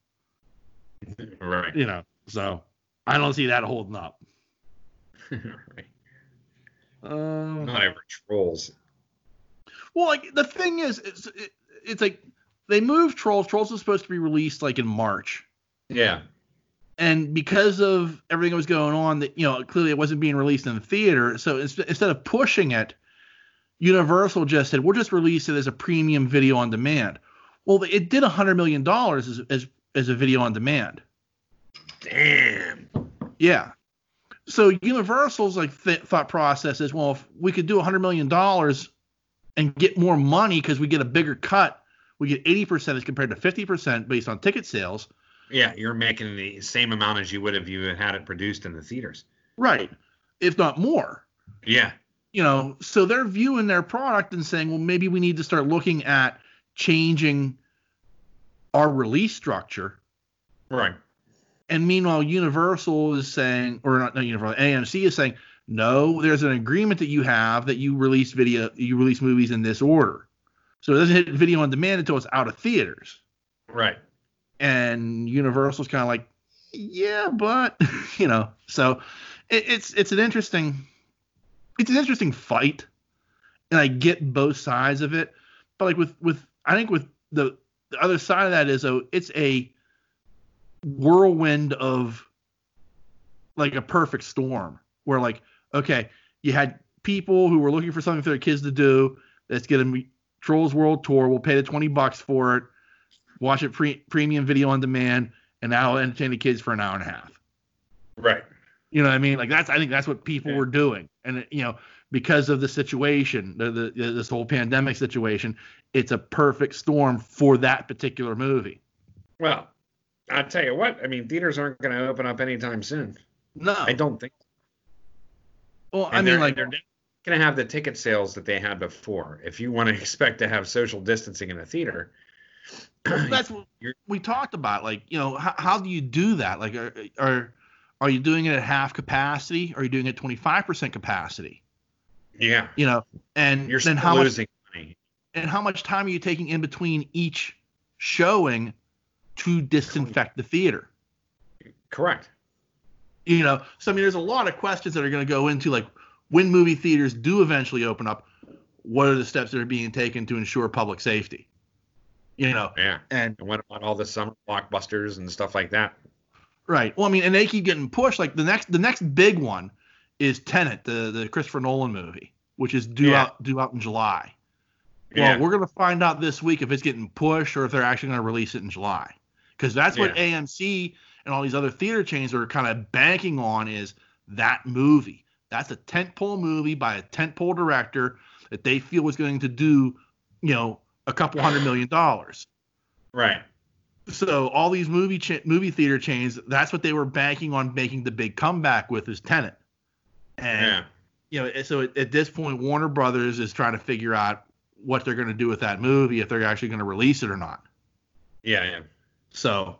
S2: Right.
S1: You know, so I don't see that holding up.
S2: right.
S1: Um,
S2: Not ever trolls.
S1: Well, like the thing is, it's, it, it's like they moved Trolls. Trolls was supposed to be released like in March,
S2: Yeah.
S1: and because of everything that was going on, that you know clearly it wasn't being released in the theater. So ins- instead of pushing it, Universal just said we'll just release it as a premium video on demand. Well, it did hundred million dollars as, as as a video on demand.
S2: Damn.
S1: Yeah. So Universal's like th- thought process is, well, if we could do hundred million dollars and get more money because we get a bigger cut, we get eighty percent as compared to fifty percent based on ticket sales.
S2: Yeah, you're making the same amount as you would if you had had it produced in the theaters.
S1: Right. If not more.
S2: Yeah.
S1: You know, so they're viewing their product and saying, well, maybe we need to start looking at changing our release structure.
S2: Right.
S1: And meanwhile, Universal is saying, or not, not Universal, AMC is saying, no, there's an agreement that you have that you release video, you release movies in this order. So it doesn't hit video on demand until it's out of theaters.
S2: Right.
S1: And Universal's kind of like, yeah, but you know, so it, it's it's an interesting, it's an interesting fight, and I get both sides of it. But like with with I think with the the other side of that is though it's a whirlwind of like a perfect storm where like okay you had people who were looking for something for their kids to do let's get them trolls world tour we'll pay the 20 bucks for it watch it pre- premium video on demand and that'll entertain the kids for an hour and a half
S2: Right.
S1: you know what i mean like that's i think that's what people
S2: Yeah.
S1: were doing and it- you know because of the situation the, the this whole pandemic situation it's a perfect storm for that particular movie
S2: Well, I tell you what, I mean, theaters aren't going to open up anytime soon.
S1: no
S2: I don't think.
S1: well
S2: And
S1: i
S2: they're-
S1: mean like
S2: they're not going to have the ticket sales that they had before. If you want to expect to have social distancing in a theater,
S1: Well, that's what
S2: You're-
S1: we talked about. Like, you know, how, how do you do that? Like, are, are are you doing it at half capacity? Are you doing it twenty five percent capacity?
S2: yeah,
S1: You know, and
S2: you're
S1: then
S2: still
S1: how much
S2: losing money.
S1: and how much time are you taking in between each showing to disinfect the theater?
S2: Correct.
S1: You know, so I mean, there's a lot of questions that are going to go into like when movie theaters do eventually open up. What are the steps that are being taken to ensure public safety? You know,
S2: Yeah.
S1: and
S2: And what about all the summer blockbusters and stuff like that?
S1: Right. Well, I mean, and they keep getting pushed. Like the next, the next big one is Tenet, the the Christopher Nolan movie, which is due
S2: Yeah.
S1: out due out in July. Well, we're going to find out this week if it's getting pushed or if they're actually going to release it in July. Because that's what AMC and all these other theater chains are kind of banking on is that movie. That's a tentpole movie by a tentpole director that they feel is going to do, you know, a couple hundred million dollars.
S2: right.
S1: So all these movie cha- movie theater chains, that's what they were banking on making the big comeback with is Tenant. And
S2: Yeah.
S1: you know, so at, at this point, Warner Brothers is trying to figure out what they're going to do with that movie, if they're actually going to release it or not.
S2: Yeah. Yeah.
S1: So,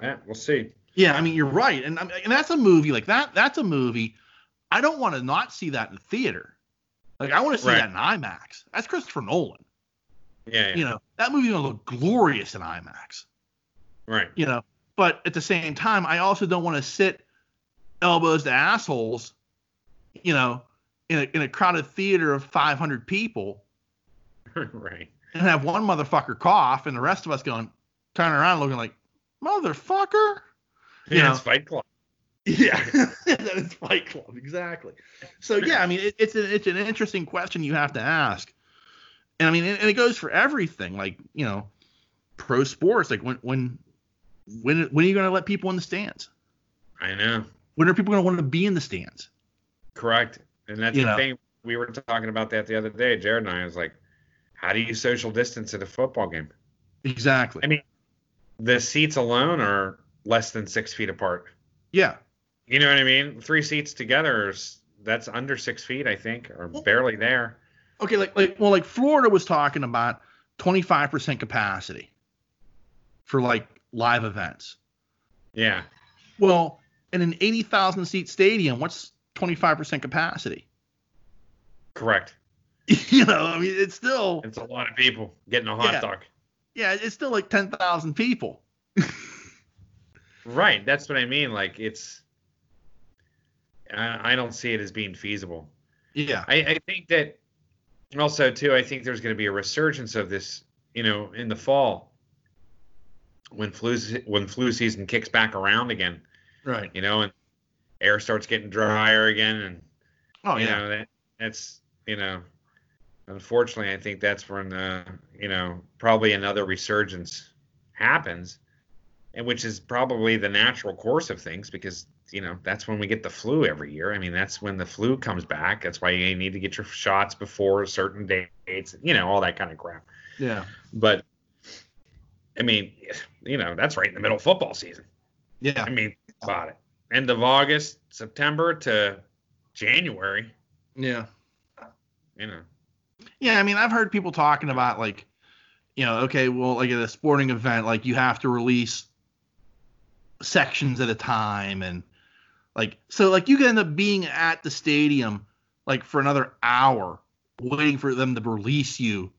S2: Yeah, we'll see.
S1: yeah, I mean, you're right, and I'm- and that's a movie like that. That's a movie. I don't want to not see that in theater. Like I want to see
S2: Right.
S1: that in IMAX. That's Christopher Nolan.
S2: Yeah. Yeah.
S1: You know, that movie's going to look glorious in IMAX.
S2: Right.
S1: You know, but at the same time, I also don't want to sit elbows to assholes. You know, in a, in a crowded theater of 500 people.
S2: right.
S1: and have one motherfucker cough and the rest of us going turning around looking like motherfucker You
S2: yeah.
S1: know.
S2: It's Fight Club.
S1: yeah that is fight club exactly so yeah i mean it, it's an it's an interesting question you have to ask and i mean and, and it goes for everything like you know pro sports like when when when when are you going to let people in the stands
S2: I know.
S1: when are people going to want to be in the stands
S2: Correct. And that's
S1: You
S2: the
S1: know.
S2: thing. We were talking about that the other day, Jared and I. I was like, how do you social distance at a football game?
S1: exactly
S2: I mean- The seats alone are less than six feet apart.
S1: yeah
S2: You know what I mean? Three seats together is that's under six feet, I think, or
S1: Well-
S2: barely there.
S1: okay like like well like florida was talking about 25% capacity for like live events
S2: Yeah.
S1: Well, in an 80,000 seat stadium, what's 25% capacity?
S2: Correct.
S1: you know, I mean, it's still,
S2: It's a lot of people getting a hot
S1: Yeah.
S2: dog.
S1: yeah, it's still like 10,000 people.
S2: Right. That's what I mean. Like it's, I, I don't see it as being feasible.
S1: Yeah.
S2: I, I think that also too. I think there's going to be a resurgence of this. You know, in the fall, when flu se- when flu season kicks back around again.
S1: Right.
S2: You know, and air starts getting drier again, and
S1: Oh,
S2: you
S1: yeah.
S2: know that that's you know unfortunately i think that's when uh you know probably another resurgence happens and which is probably the natural course of things because you know that's when we get the flu every year i mean that's when the flu comes back that's why you need to get your shots before certain dates you know all that kind of crap
S1: Yeah.
S2: but i mean you know that's right in the middle of football season
S1: Yeah.
S2: i mean think about it end of august september to january
S1: Yeah.
S2: you know
S1: Yeah. I mean, I've heard people talking about like, you know, okay, well, like at a sporting event, like you have to release sections at a time. And like, so like you could end up being at the stadium like for another hour waiting for them to release you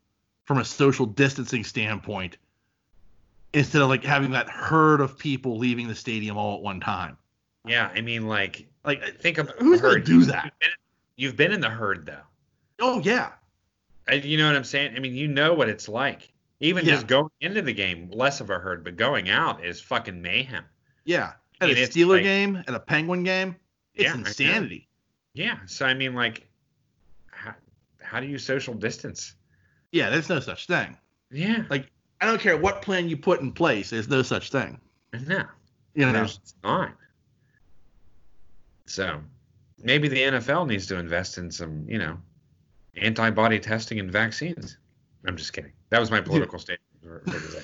S1: from a social distancing standpoint instead of like having that herd of people leaving the stadium all at one time.
S2: Yeah, I mean, like, uh,
S1: Like, eh,
S2: think about
S1: who's
S2: the
S1: going to
S2: herd.
S1: do that?
S2: You've been in the herd, though.
S1: Oh, yeah.
S2: I, you know what I'm saying? I mean, you know what it's like. Even
S1: Yeah.
S2: just going into the game, less of a herd, but going out is fucking mayhem.
S1: Yeah.
S2: I
S1: At a
S2: mean, it's
S1: Steeler
S2: like-
S1: game, at a Penguin game, it's
S2: Yeah, I know.
S1: insanity.
S2: Yeah. So I mean, like, how, how do you social distance?
S1: Yeah, there's no such thing.
S2: Yeah.
S1: I don't care what plan you put in place. There's no such thing.
S2: No,
S1: You know.
S2: there's not. So maybe the NFL needs to invest in some, you know, antibody testing and vaccines. I'm just kidding. That was my political statement. for- for today.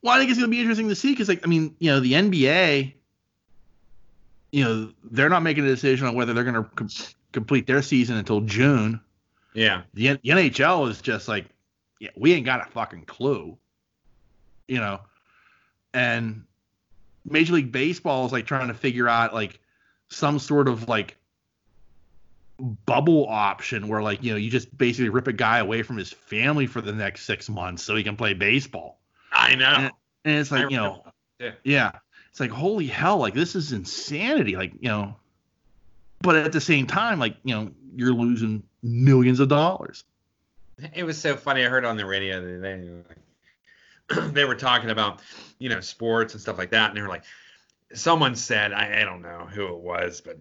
S1: Well, I think it's going to be interesting to see because, like, I mean, you know, the NBA, you know, they're not making a decision on whether they're going to com- complete their season until June.
S2: Yeah.
S1: The, N- the NHL is just like, yeah, we ain't got a fucking clue. You know, and Major League Baseball is like trying to figure out like some sort of like bubble option where like you know you just basically rip a guy away from his family for the next six months so he can play baseball.
S2: I know.
S1: And it's
S2: I
S1: like, you know,
S2: remember.
S1: yeah. It's like, holy hell, like this is insanity. Like, you know, but at the same time, like, you know, you're losing millions of dollars.
S2: It was so funny. I heard on the radio the other day, like, they were talking about, you know, sports and stuff like that. And they were like, someone said, I, I don't know who it was, but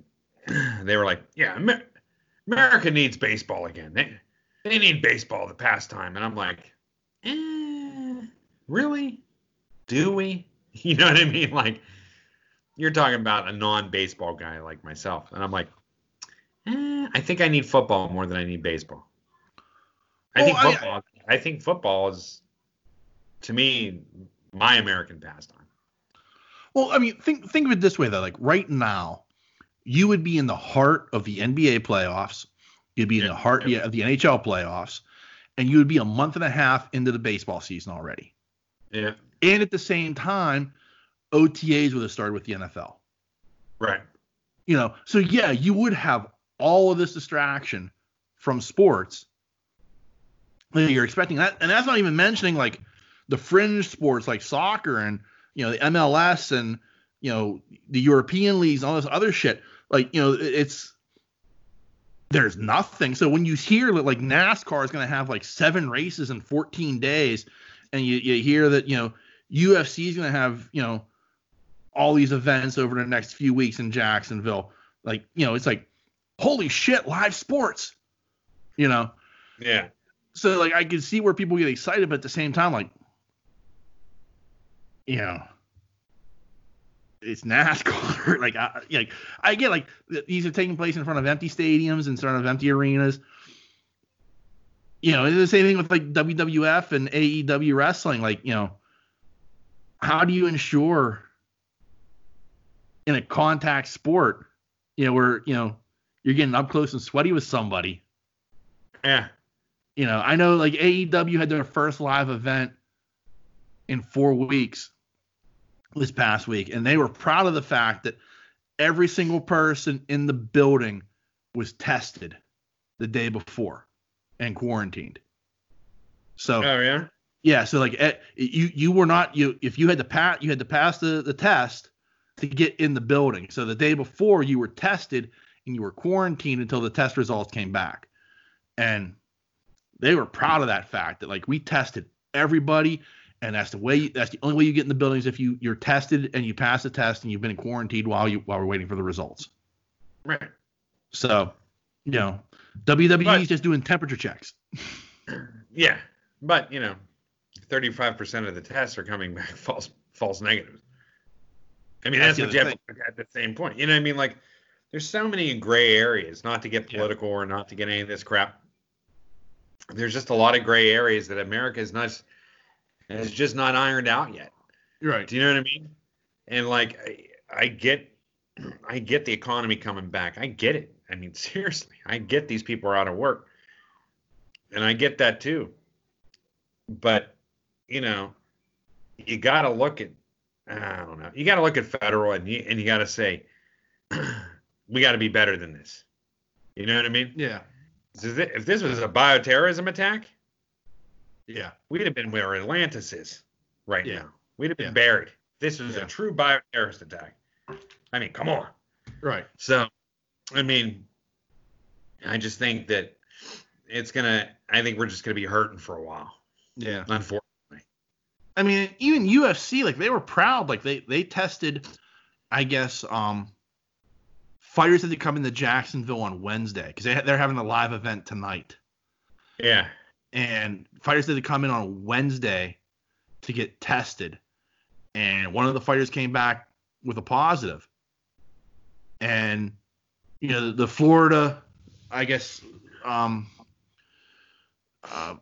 S2: they were like, yeah, Amer- America needs baseball again. They, they need baseball the pastime, and I'm like, eh, really? Do we? You know what I mean? Like, you're talking about a non-baseball guy like myself, and I'm like, eh, I think I need football more than I need baseball. I
S1: Well,
S2: think
S1: I-
S2: football. I think football is, to me, my American pastime.
S1: Well, I mean, think think of it this way though. Like right now, you would be in the heart of the NBA playoffs. You'd be in the
S2: Yeah.
S1: heart yeah, of the NHL playoffs, and you would be a month and a half into the baseball season already.
S2: Yeah.
S1: And at the same time, OTAs would have started with the NFL.
S2: Right.
S1: You know, so yeah, you would have all of this distraction from sports that you're expecting. That, and that's not even mentioning like the fringe sports like soccer and you know the MLS and you know the European leagues and all this other shit. Like you know it- it's there's nothing. So when you hear that like NASCAR is going to have like seven races in 14 days, and you, you hear that you know UFC is going to have you know all these events over the next few weeks in Jacksonville, like you know it's like holy shit live sports, you know
S2: Yeah.
S1: so like I can see where people get excited, but at the same time, like, you know, it's NASCAR. like, I, like I get like th- these are taking place in front of empty stadiums, in front of empty arenas. You know, it's the same thing with like WWF and AEW wrestling. Like, you know, how do you ensure in a contact sport, you know, where you know you're getting up close and sweaty with somebody?
S2: Yeah.
S1: you know, I know like AEW had their first live event in four weeks this past week, and they were proud of the fact that every single person in the building was tested the day before and quarantined. So
S2: Oh yeah.
S1: yeah, so like eh, you you were not you if you had to pass you had to pass the, the test to get in the building. So the day before you were tested and you were quarantined until the test results came back. And they were proud of that fact that like we tested everybody and that's the way that's the only way you get in the buildings if you you're tested and you pass the test and you've been quarantined while you while we're waiting for the results.
S2: Right.
S1: So, you know, WWE's
S2: But-
S1: just doing temperature checks.
S2: Yeah, but you know, thirty-five percent of the tests are coming back false false negatives. I mean,
S1: That's
S2: that's,
S1: the
S2: what
S1: other
S2: Jeff at the same point. You know, what I mean, like, there's so many gray areas. Not to get
S1: Yeah.
S2: political or not to get any of this crap. There's just a lot of gray areas that America is not is just not ironed out yet.
S1: Right.
S2: Do you know what I mean? And like, I, I get, I get the economy coming back. I get it. I mean, seriously, I get these people are out of work, and I get that too. But you know, you got to look at, I don't know, you got to look at federal, and you and you got to say, we got to be better than this. You know what I mean?
S1: Yeah.
S2: So thi- If this was a bioterrorism attack,
S1: Yeah.
S2: we'd have been where Atlantis is right
S1: Yeah.
S2: now. We'd have been
S1: Yeah.
S2: buried. This was
S1: Yeah.
S2: a true bioterrorist attack. I mean, come on.
S1: Right.
S2: So, I mean, I just think that it's gonna. I think we're just gonna be hurting for a while.
S1: Yeah.
S2: Unfortunately,
S1: I mean, even UFC, like they were proud. Like they they tested, I guess, um, fighters that had come into Jacksonville on Wednesday because they ha- they're having a live event tonight,
S2: yeah,
S1: and fighters that had come in on Wednesday to get tested, and one of the fighters came back with a positive, and you know the Florida, I guess, um, uh,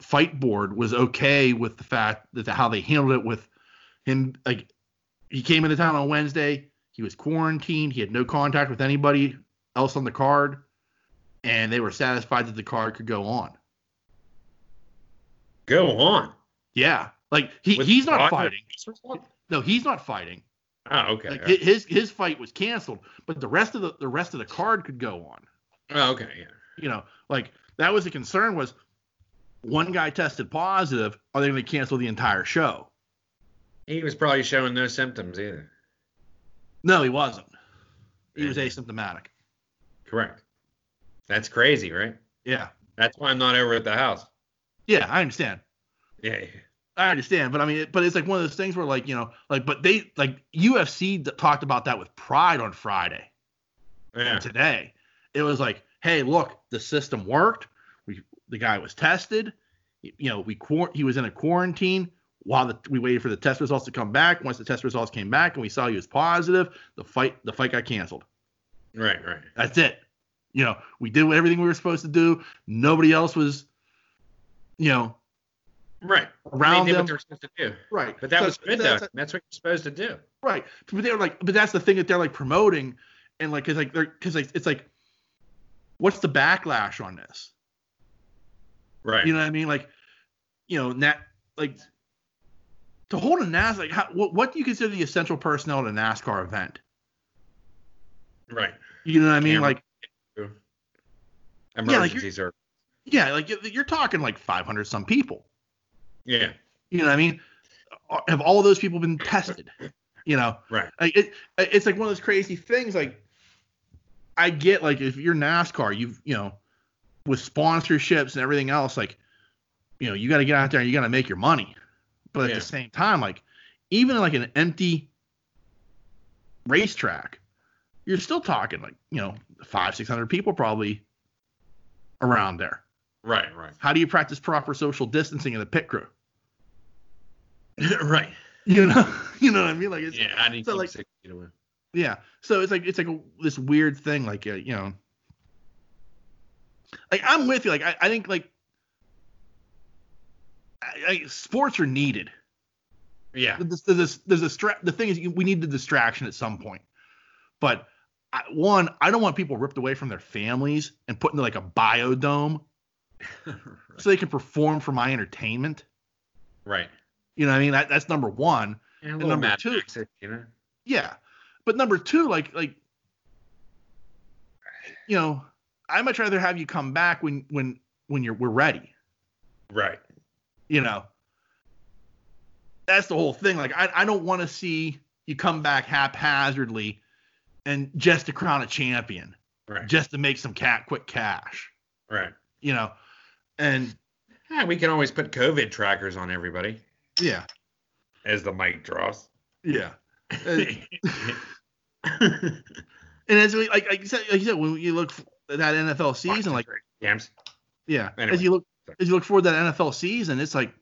S1: fight board was okay with the fact that how they handled it with him. Like he came into town on Wednesday, he was quarantined, he had no contact with anybody else on the card, and they were satisfied that the card could go on.
S2: go on.
S1: Yeah, like he,
S2: With
S1: he's not
S2: Wagner-
S1: fighting. No, he's not fighting.
S2: Oh, okay.
S1: Like,
S2: okay.
S1: hi- his his fight was canceled, but the rest of the the rest of the card could go on.
S2: oh, okay. Yeah.
S1: you know like that was the concern was one guy tested positive are they going to cancel the entire show
S2: He was probably showing no symptoms either.
S1: no he wasn't he was
S2: Yeah.
S1: asymptomatic
S2: Correct. That's crazy, right?
S1: yeah
S2: That's why I'm not over at the house.
S1: yeah i understand
S2: Yeah.
S1: i understand but i mean it, but it's like one of those things where like you know like but they like ufc d- talked about that with pride on friday
S2: Yeah.
S1: and today it was like hey look the system worked we The guy was tested. You you know, we quar- he was in a quarantine while the, we waited for the test results to come back. Once the test results came back and we saw he was positive, the fight the fight got canceled.
S2: Right, right.
S1: That's it. You know, we did everything we were supposed to do. Nobody else was, you know,
S2: Right.
S1: around
S2: they did
S1: them.
S2: what they're supposed to do.
S1: Right.
S2: But that
S1: So-
S2: was good,
S1: so
S2: though.
S1: that's-
S2: That's what you're supposed to do.
S1: Right. But they're like, but that's the thing that they're like promoting, and like, cause like, they're, cause like, it's like, what's the backlash on this?
S2: Right.
S1: You know what I mean? Like, you know, Nat, like, to hold a NAS, like, how, what, what do you consider the essential personnel at a NASCAR event?
S2: right.
S1: You know what I mean?
S2: Camera.
S1: Like, like you're-
S2: Emergencies are.
S1: yeah, like you- you're talking like 500 some people.
S2: Yeah.
S1: You know what I mean? Are- Have all those people been tested? You know,
S2: Right.
S1: Like, it, it's like one of those crazy things. Like, I get like if you're NASCAR, you've you know, with sponsorships and everything else, like, you know, you got to get out there and you got to make your money. But at
S2: Yeah.
S1: the same time, like, even like an empty racetrack, you're still talking like you know five six hundred people probably around there.
S2: Right. Right.
S1: How do you practice proper social distancing in the pit crew?
S2: right.
S1: You know, you know what I mean? Like, it's,
S2: Yeah. I need
S1: so,
S2: to
S1: like-
S2: six feet away.
S1: Yeah. So it's like it's like a, this weird thing, like uh, you know, like I'm with you. Like I, I think like I, I, sports are needed.
S2: Yeah.
S1: There's, there's, there's a stra- the thing is you- we need the distraction at some point. But I, one, I don't want people ripped away from their families and put into like a biodome so they can perform for my entertainment.
S2: right.
S1: You know what I mean? That, that's number one.
S2: And a
S1: And
S2: little
S1: number
S2: Mad
S1: two-
S2: Max, you know?
S1: Yeah. But number two, like like you know, I much rather have you come back when when when you're we're ready.
S2: Right.
S1: You know. That's the whole thing. Like I, I don't want to see you come back haphazardly and just to crown a champion,
S2: Right.
S1: just to make some cat quick cash.
S2: Right.
S1: You know. And
S2: Yeah, we can always put COVID trackers on everybody
S1: yeah.
S2: as the mic drops.
S1: Yeah. And-
S2: right.
S1: and as we like like you said, like you said when you look f- at that NFL season, like
S2: Yams.
S1: Yeah.
S2: Anyway.
S1: As you look
S2: Sorry.
S1: as you look forward to that NFL season, it's like,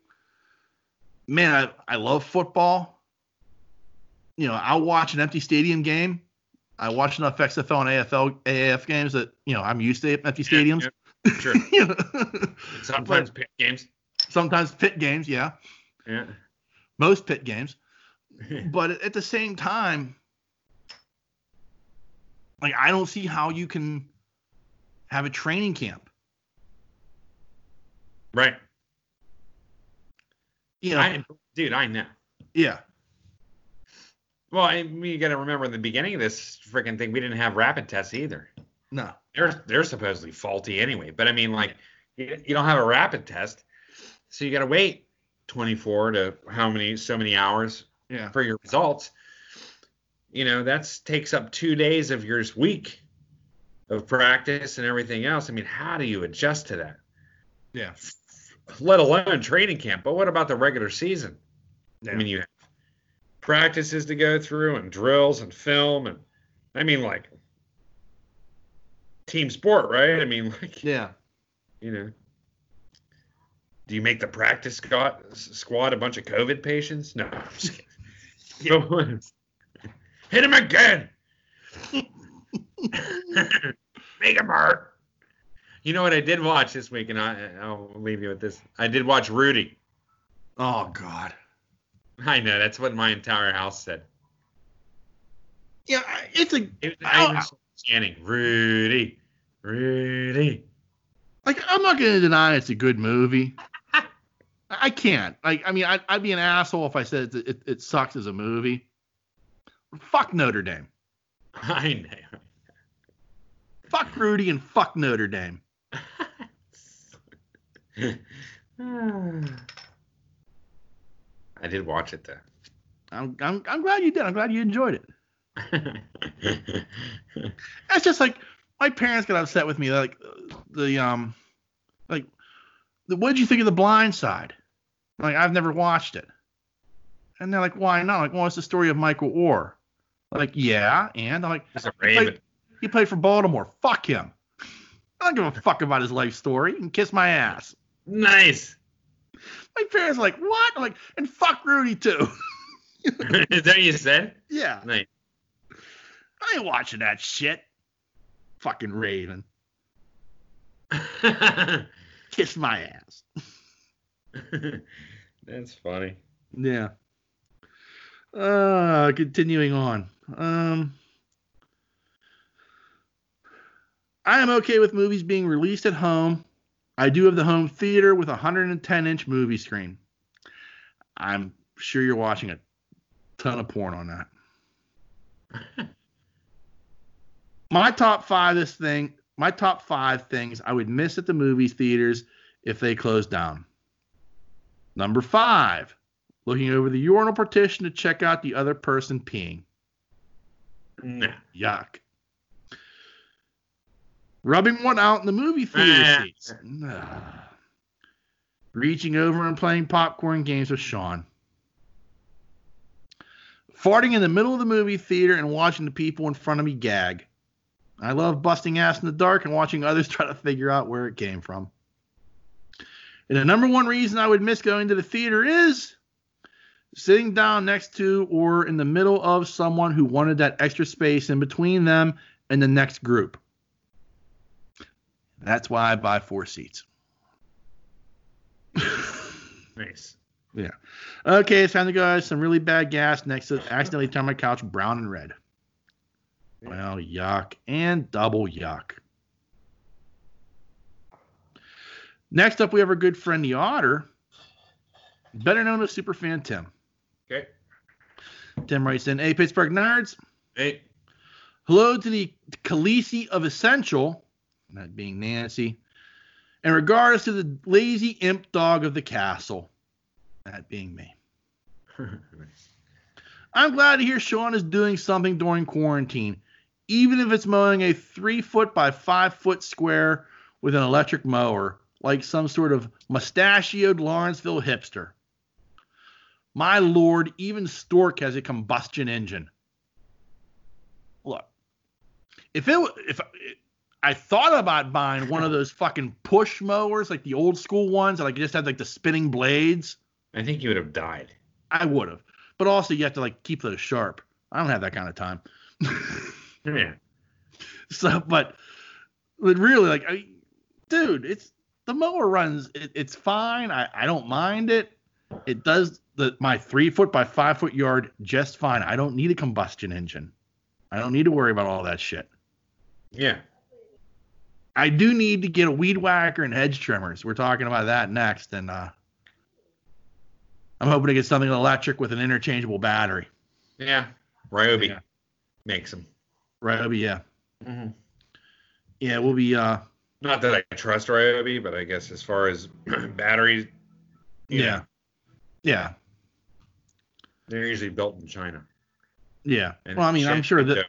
S1: man, I, I love football. You know, I'll watch an empty stadium game. I watch enough XFL and AFL AAF games that, you know, I'm used to empty stadiums.
S2: Yeah, yeah, sure.
S1: You know?
S2: And Sometimes pit games.
S1: Sometimes pit games, yeah.
S2: Yeah.
S1: Most pit games. But at the same time, like I don't see how you can have a training camp.
S2: right.
S1: You know,
S2: I, dude, I know.
S1: yeah.
S2: Well, I mean, you got to remember in the beginning of this freaking thing, we didn't have rapid tests either.
S1: No.
S2: They're they're supposedly faulty anyway. But I mean, like, you, you don't have a rapid test, so you got to wait 24 to how many so many hours
S1: Yeah.
S2: for your results. You know, that's takes up two days of your week of practice and everything else. I mean, how do you adjust to that?
S1: Yeah.
S2: Let alone training camp. But what about the regular season? I
S1: Yeah.
S2: mean, you have practices to go through and drills and film and I mean like team sport, right? I mean like
S1: Yeah.
S2: you know. Do you make the practice squad, squad a bunch of COVID patients? No. I'm just kidding. Go on. Hit him again. make him hurt. You know what I did watch this week, and I, I'll leave you with this. I did watch Rudy.
S1: Oh God.
S2: I know that's what my entire house said.
S1: Yeah, I- it's a
S2: It,
S1: Ow,
S2: I even
S1: ow.
S2: saw it chanting Rudy, Rudy.
S1: like I'm not gonna deny it's a good movie. I- I can't. Like I mean, I'd, I'd be an asshole if I said it, it, it sucks as a movie. Fuck Notre Dame.
S2: I know.
S1: Fuck Rudy and fuck Notre Dame.
S2: I did watch it though.
S1: I'm, I'm I'm glad you did. I'm glad you enjoyed it. That's just like my parents got upset with me. Like the um, like the, what did you think of The Blind Side? Like I've never watched it. And they're like, why not? Like, well, it's the story of Michael Orr. Like, yeah, and I'm like.
S2: It's a raven.
S1: He played for Baltimore. Fuck him. I don't give a fuck about his life story. You can kiss my ass.
S2: Nice.
S1: My parents are like, what? I'm like, and fuck Rudy too.
S2: Is that what you said?
S1: yeah.
S2: Nice.
S1: I ain't watching that shit. Fucking Raven. Kiss my ass.
S2: That's funny.
S1: Yeah. Uh, continuing on. Um, I am okay with movies being released at home. I do have the home theater with a 110 inch movie screen. I'm sure you're watching a ton of porn on that. my top five this thing, my top five things I would miss at the movie theaters if they closed down. Number five, looking over the urinal partition to check out the other person peeing.
S2: No.
S1: Yuck. Rubbing one out in the movie theater
S2: Ah.
S1: seats. Ugh. Reaching over and playing popcorn games with Sean. Farting in the middle of the movie theater and watching the people in front of me gag. I love busting ass in the dark and watching others try to figure out where it came from. And the number one reason I would miss going to the theater is sitting down next to or in the middle of someone who wanted that extra space in between them and the next group. That's why I buy four seats.
S2: Nice.
S1: Okay, it's time to go. Some really bad gas next to accidentally turn my couch brown and red. Well, yuck and double yuck. Next up, we have our good friend the Otter, better known as Superfan Tim.
S2: Okay.
S1: Tim writes in, "Hey Pittsburgh nerds,
S2: Hey.
S1: Hello to the Khaleesi of Essential, that being Nancy, and regards to the lazy imp dog of the castle, that being me.
S2: nice.
S1: I'm glad to hear Sean is doing something during quarantine, even if it's mowing a three foot by five foot square with an electric mower, like some sort of mustachioed Lawrenceville hipster. My lord, even Stork has a combustion engine. Look, if it wa- if I thought about buying one of those fucking push mowers, like the old school ones, that like just had like the spinning blades.
S2: I think you would have died.
S1: I would have. But also, you have to like keep those sharp. I don't have that kind of time.
S2: Yeah.
S1: So, but, but really, like, I, dude, it's the mower runs. It, it's fine. I, I don't mind it. It does the my three foot by five foot yard just fine. I don't need a combustion engine. I don't need to worry about all that shit.
S2: Yeah.
S1: I do need to get a weed whacker and hedge trimmers. We're talking about that next, and uh, I'm hoping to get something electric with an interchangeable battery.
S2: Yeah. Ryobi
S1: Yeah.
S2: makes them.
S1: Right? That'd be- Yeah. Yeah, we'll be uh
S2: Not that I trust Ryobi, but I guess as far as batteries, you
S1: yeah.
S2: know,
S1: Yeah.
S2: they're usually built in China.
S1: Yeah.
S2: And
S1: Well, I mean, I'm
S2: shit,
S1: sure that
S2: so-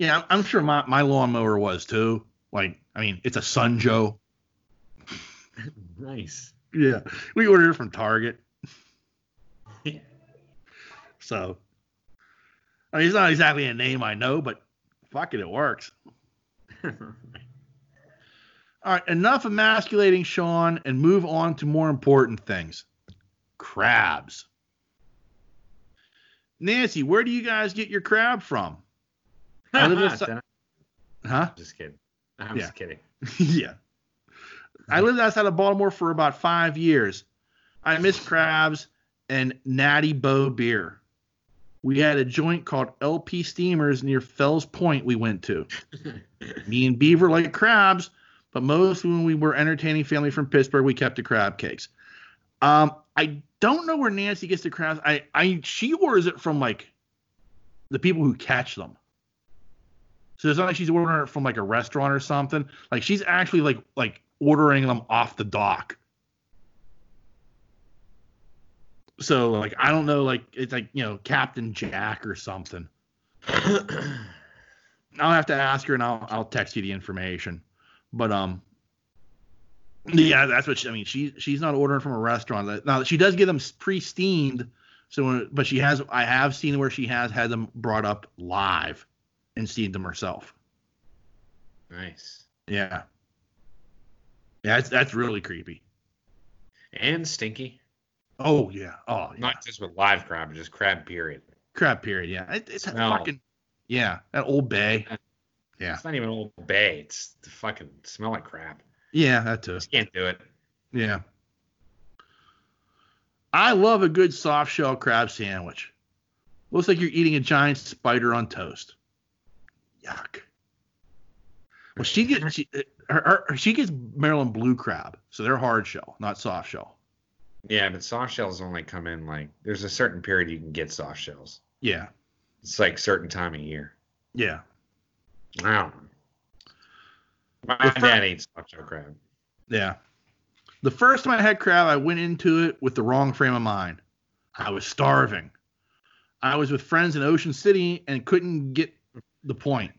S1: yeah, I'm- I'm sure my my lawnmower was too. Like, I mean, it's a Sunjo.
S2: Nice.
S1: Yeah. We ordered it from Target. so I mean, it's not exactly a name I know, but fuck it, it works. All right, enough emasculating Sean and move on to more important things. Crabs. Nancy, where do you guys get your crab from? I live in Sa-
S2: I'm
S1: Huh?
S2: just kidding. I'm
S1: Yeah.
S2: just kidding.
S1: yeah. I lived outside of Baltimore for about five years. I miss crabs and Natty Bow beer. We had a joint called LP Steamers near Fells Point we went to. Me and Beaver like crabs, but most when we were entertaining family from Pittsburgh, we kept the crab cakes. Um, I don't know where Nancy gets the crabs. I, I she orders it from like the people who catch them. So it's not like she's ordering it from like a restaurant or something. Like she's actually like like ordering them off the dock. So like I don't know like it's like you know Captain Jack or something. I'll have to ask her and I'll I'll text you the information. But um yeah, that's what she, I mean. She she's not ordering from a restaurant. Now she does get them pre-steamed, so when, but she has I have seen where she has had them brought up live and steamed them herself.
S2: nice.
S1: Yeah. Yeah, that's, that's really creepy.
S2: and stinky.
S1: Oh yeah. Oh yeah.
S2: Not just with live crab, but just crab period.
S1: Crab period. Yeah. It, it's that
S2: No.
S1: fucking. Yeah, that old bay. Yeah.
S2: It's not even Old Bay. It's the fucking smell like crap.
S1: Yeah, that too.
S2: Just can't do it.
S1: Yeah. I love a good soft shell crab sandwich. Looks like you're eating a giant spider on toast. Yuck. Well, she gets she, uh, her, her, she gets Maryland blue crab, so they're hard shell, not soft shell.
S2: Yeah, but soft shells only come in like there's a certain period you can get soft shells.
S1: Yeah,
S2: It's like certain time of year.
S1: yeah.
S2: I don't know. My
S1: The fir-
S2: dad ate soft shell crab.
S1: Yeah. The first time I had crab, I went into it with the wrong frame of mind. I was starving. I was with friends in Ocean City and couldn't get the point.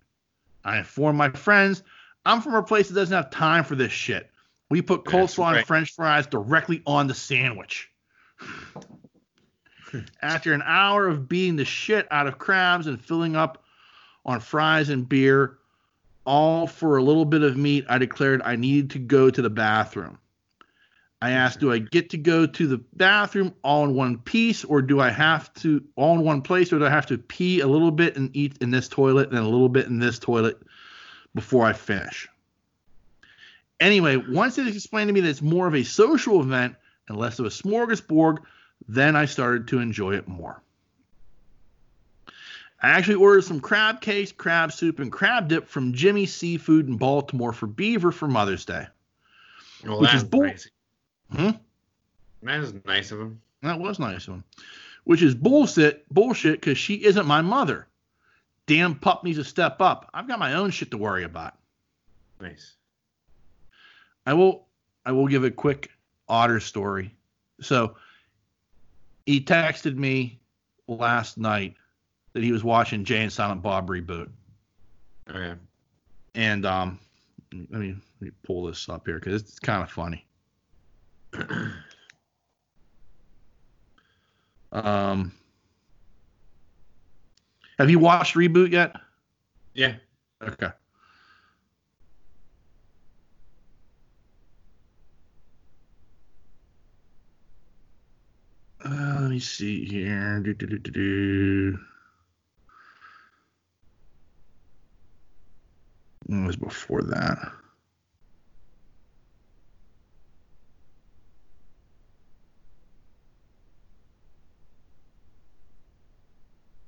S1: I informed my friends, I'm from a place that doesn't have time for this shit. We put
S2: Yeah,
S1: coleslaw
S2: right.
S1: and french fries directly on the sandwich. After an hour of beating the shit out of crabs and filling up on fries and beer, all for a little bit of meat, I declared I needed to go to the bathroom. I asked, do I get to go to the bathroom all in one piece, or do I have to all in one place, or do I have to pee a little bit and eat in this toilet and a little bit in this toilet before I finish? Anyway, once it explained to me that it's more of a social event and less of a smorgasbord, then I started to enjoy it more. I actually ordered some crab cakes, crab soup, and crab dip from Jimmy Seafood in Baltimore for Beaver for Mother's Day.
S2: Well,
S1: Which
S2: that's
S1: is bull-
S2: nice.
S1: Hmm?
S2: That is nice of him.
S1: That was nice of him. Which is bullshit, bullshit, because she isn't my mother. Damn pup needs to step up. I've got my own shit to worry about.
S2: Nice.
S1: I will I will give a quick otter story. So he texted me last night that he was watching Jay and Silent Bob reboot.
S2: Okay.
S1: And um let me, let me pull this up here because it's kind of funny. um, have you watched Reboot yet?
S2: Yeah.
S1: Okay. Uh, let me see here. Do, do, do, do, do. It was before that.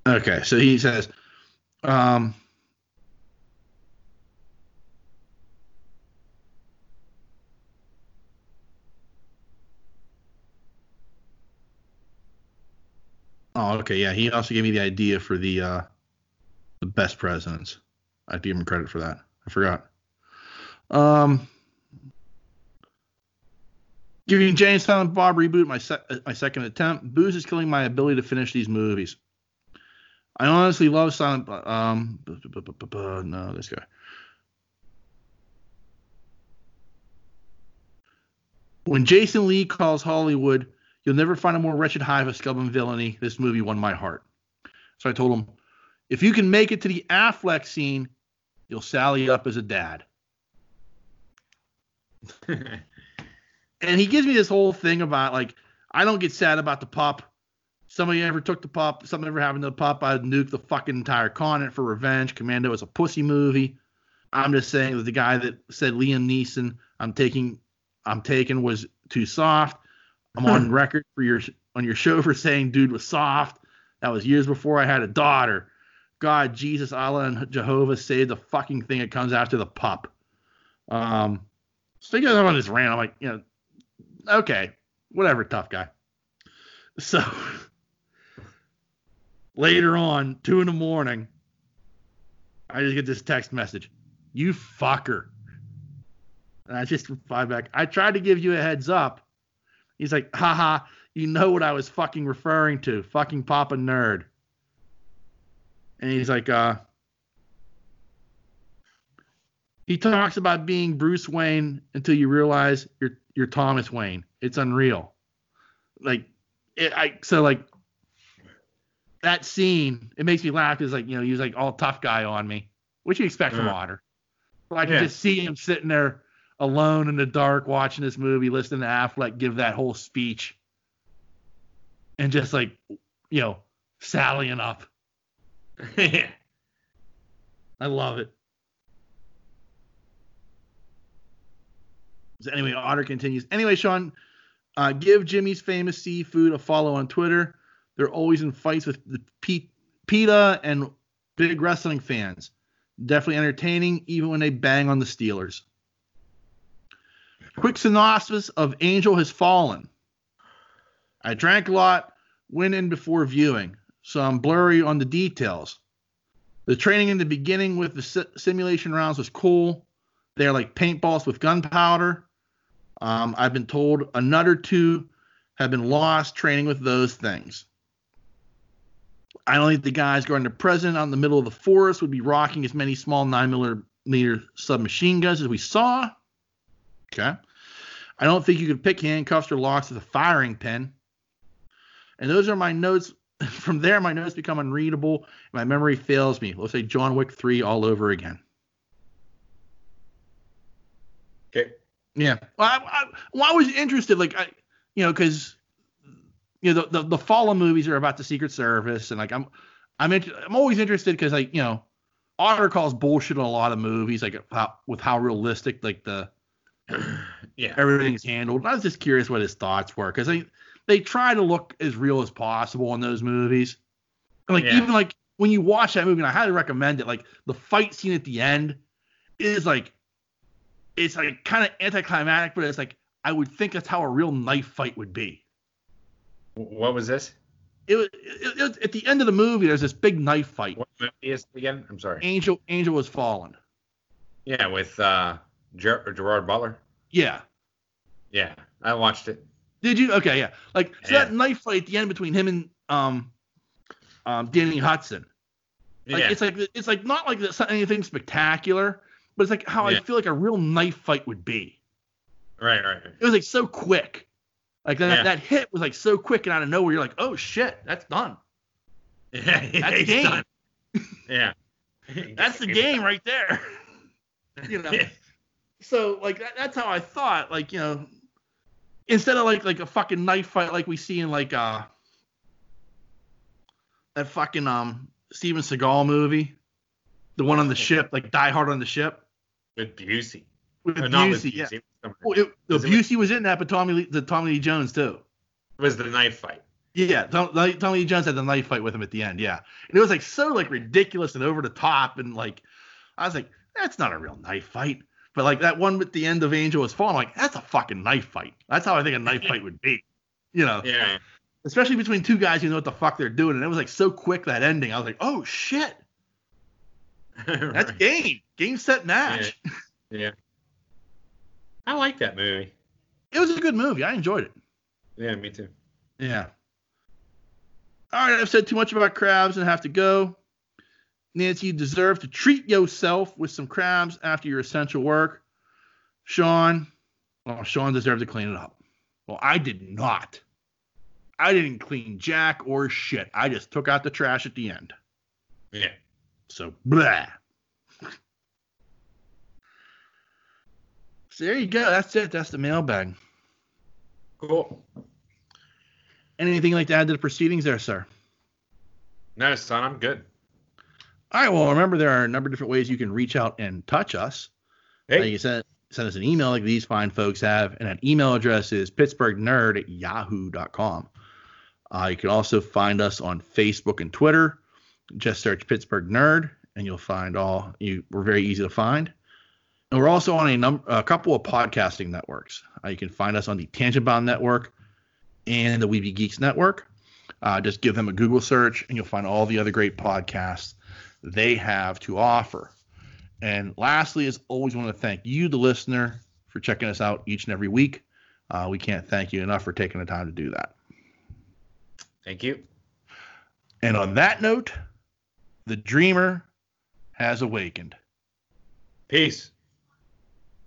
S1: Okay, so he says, um, Oh, okay. Yeah, he also gave me the idea for the uh, the best presidents. I give him credit for that. I forgot. Um, giving Jane Silent Bob reboot my sec- uh, my second attempt. Booze is killing my ability to finish these movies. I honestly love Silent. Bo- Um, bu- bu- bu- bu- bu- no, this guy. When Jason Lee calls Hollywood You'll never find a more wretched hive of scum and villainy. This movie won my heart. So I told him, if you can make it to the Affleck scene, you'll sally up as a dad. And he gives me this whole thing about like, I don't get sad about the pup. Somebody ever took the pup. Something ever happened to the pup. I'd nuke the fucking entire continent for revenge. Commando is a pussy movie. I'm just saying that the guy that said Liam Neeson, I'm taking, I'm taking was too soft. I'm on record for your on your show for saying dude was soft. That was years before I had a daughter. God, Jesus, Allah, and Jehovah say the fucking thing that comes after the pup. Um, so he goes on this rant. I'm like, you know, okay, whatever, tough guy. So later on, two in the morning, I just get this text message. You fucker. And I just reply back. I tried to give you a heads up. He's like, haha, you know what I was fucking referring to. Fucking Papa Nerd. And he's like, uh, he talks about being Bruce Wayne until you realize you're you're Thomas Wayne. It's unreal. Like, it, I so like that scene. It makes me laugh because like you know he was like all tough guy on me, which you expect from
S2: Uh.
S1: Otter. But I can
S2: Yeah.
S1: just see him sitting there alone in the dark watching this movie, listening to Affleck give that whole speech, and just like you know sallying up. I love it. So anyway, Otter continues. Anyway, Sean, uh, give Jimmy's Famous Seafood a follow on Twitter. They're always in fights with the P- PETA and big wrestling fans. Definitely entertaining, even when they bang on the Steelers. Quick synopsis of Angel Has Fallen. I drank a lot, went in before viewing, so I'm blurry on the details. The training in the beginning with the si- simulation rounds was cool. They're like paintballs with gunpowder. Um, I've been told another two have been lost training with those things. I don't think the guys guarding the president out in the middle of the forest would be rocking as many small 9 millimeter submachine guns as we saw. Okay. I don't think you could pick handcuffs or locks with a firing pin. And those are my notes. From there, my notes become unreadable. My memory fails me. Let's say John Wick 3 all over again.
S2: Okay.
S1: Yeah. Well, I, I, well, I was interested, like, I, you know, because you know the, the the Fallen movies are about the Secret Service, and like I'm I'm inter- I'm always interested because like you know, Otter calls bullshit on a lot of movies, like how, with how realistic like the
S2: Yeah.
S1: everything's handled. And I was just curious what his thoughts were because they they try to look as real as possible in those movies. And like
S2: Yeah.
S1: even like when you watch that movie, and I highly recommend it. Like the fight scene at the end is like it's like kind of anticlimactic, but it's like I would think that's how a real knife fight would be.
S2: W- What was this?
S1: It was it, it, at the end of the movie. There's this big knife fight.
S2: What movie is it again? I'm sorry.
S1: Angel Angel was fallen.
S2: Yeah, with uh, Ger- Gerard Butler.
S1: Yeah.
S2: Yeah, I watched it.
S1: Did you? Okay, yeah. Like so that
S2: Yeah.
S1: knife fight at the end between him and um um Danny Hudson. Like
S2: yeah.
S1: it's like it's like not like that's anything spectacular, but it's like how I
S2: Yeah.
S1: feel like a real knife fight would be.
S2: right, right.
S1: It was like so quick. Like that,
S2: Yeah.
S1: that hit was like so quick and out of nowhere you're like, "Oh shit, that's done.
S2: Yeah,
S1: That's the
S2: he's
S1: game.
S2: done. Yeah.
S1: That's the game right there." you know. so like that, that's how I thought. Like you know, instead of like like a fucking knife fight like we see in like uh that fucking um Steven Seagal movie, the one on the ship, like Die Hard on the ship
S2: With Busey.
S1: with
S2: Uh, not with
S1: Busey. Yeah.
S2: Busey. It
S1: Well, it, the
S2: Was it
S1: Busey was in that, but Tommy Lee, the Tommy Lee Jones too.
S2: was the knife fight.
S1: Yeah, Tom, like, Tommy Lee Jones had the knife fight with him at the end. Yeah, and it was like so like ridiculous and over the top, and like I was like, that's not a real knife fight. But like that one at the end of Angel was falling, like that's a fucking knife fight. That's how I think a knife fight would be, you know,
S2: Yeah.
S1: especially between two guys who know what the fuck they're doing. And it was like so quick that ending. I was like, oh shit, that's
S2: Right.
S1: game, game set match.
S2: I like that movie.
S1: It was a good movie. I enjoyed it.
S2: Yeah, me too.
S1: Yeah. All right, I've said too much about crabs and have to go. Nancy, you deserve to treat yourself with some crabs after your essential work. Sean, well, Sean deserved to clean it up. Well, I did not. I didn't clean jack or shit. I just took out the trash at the end.
S2: Yeah.
S1: So, blah. So there you go. That's it. That's the mailbag.
S2: Cool.
S1: Anything like to add to the proceedings there, sir?
S2: No, son, I'm good.
S1: All right. Well, remember there are a number of different ways you can reach out and touch us. Uh,
S2: Hey,
S1: you can send, send us an email like these fine folks have, and that email address is pittsburghnerd at yahoo.com. Uh, you can also find us on Facebook and Twitter. Just search Pittsburgh Nerd, and you'll find all. You we're very easy to find, and we're also on a num- a couple of podcasting networks. Uh, you can find us on the Tangent Bound Network and the Weeby Geeks Network. Uh, just give them a Google search, and you'll find all the other great podcasts they have to offer. And lastly, as always, want to thank you, the listener, for checking us out each and every week. Uh, we can't thank you enough for taking the time to do that.
S2: thank you.
S1: And on that note, the dreamer has awakened.
S2: Peace.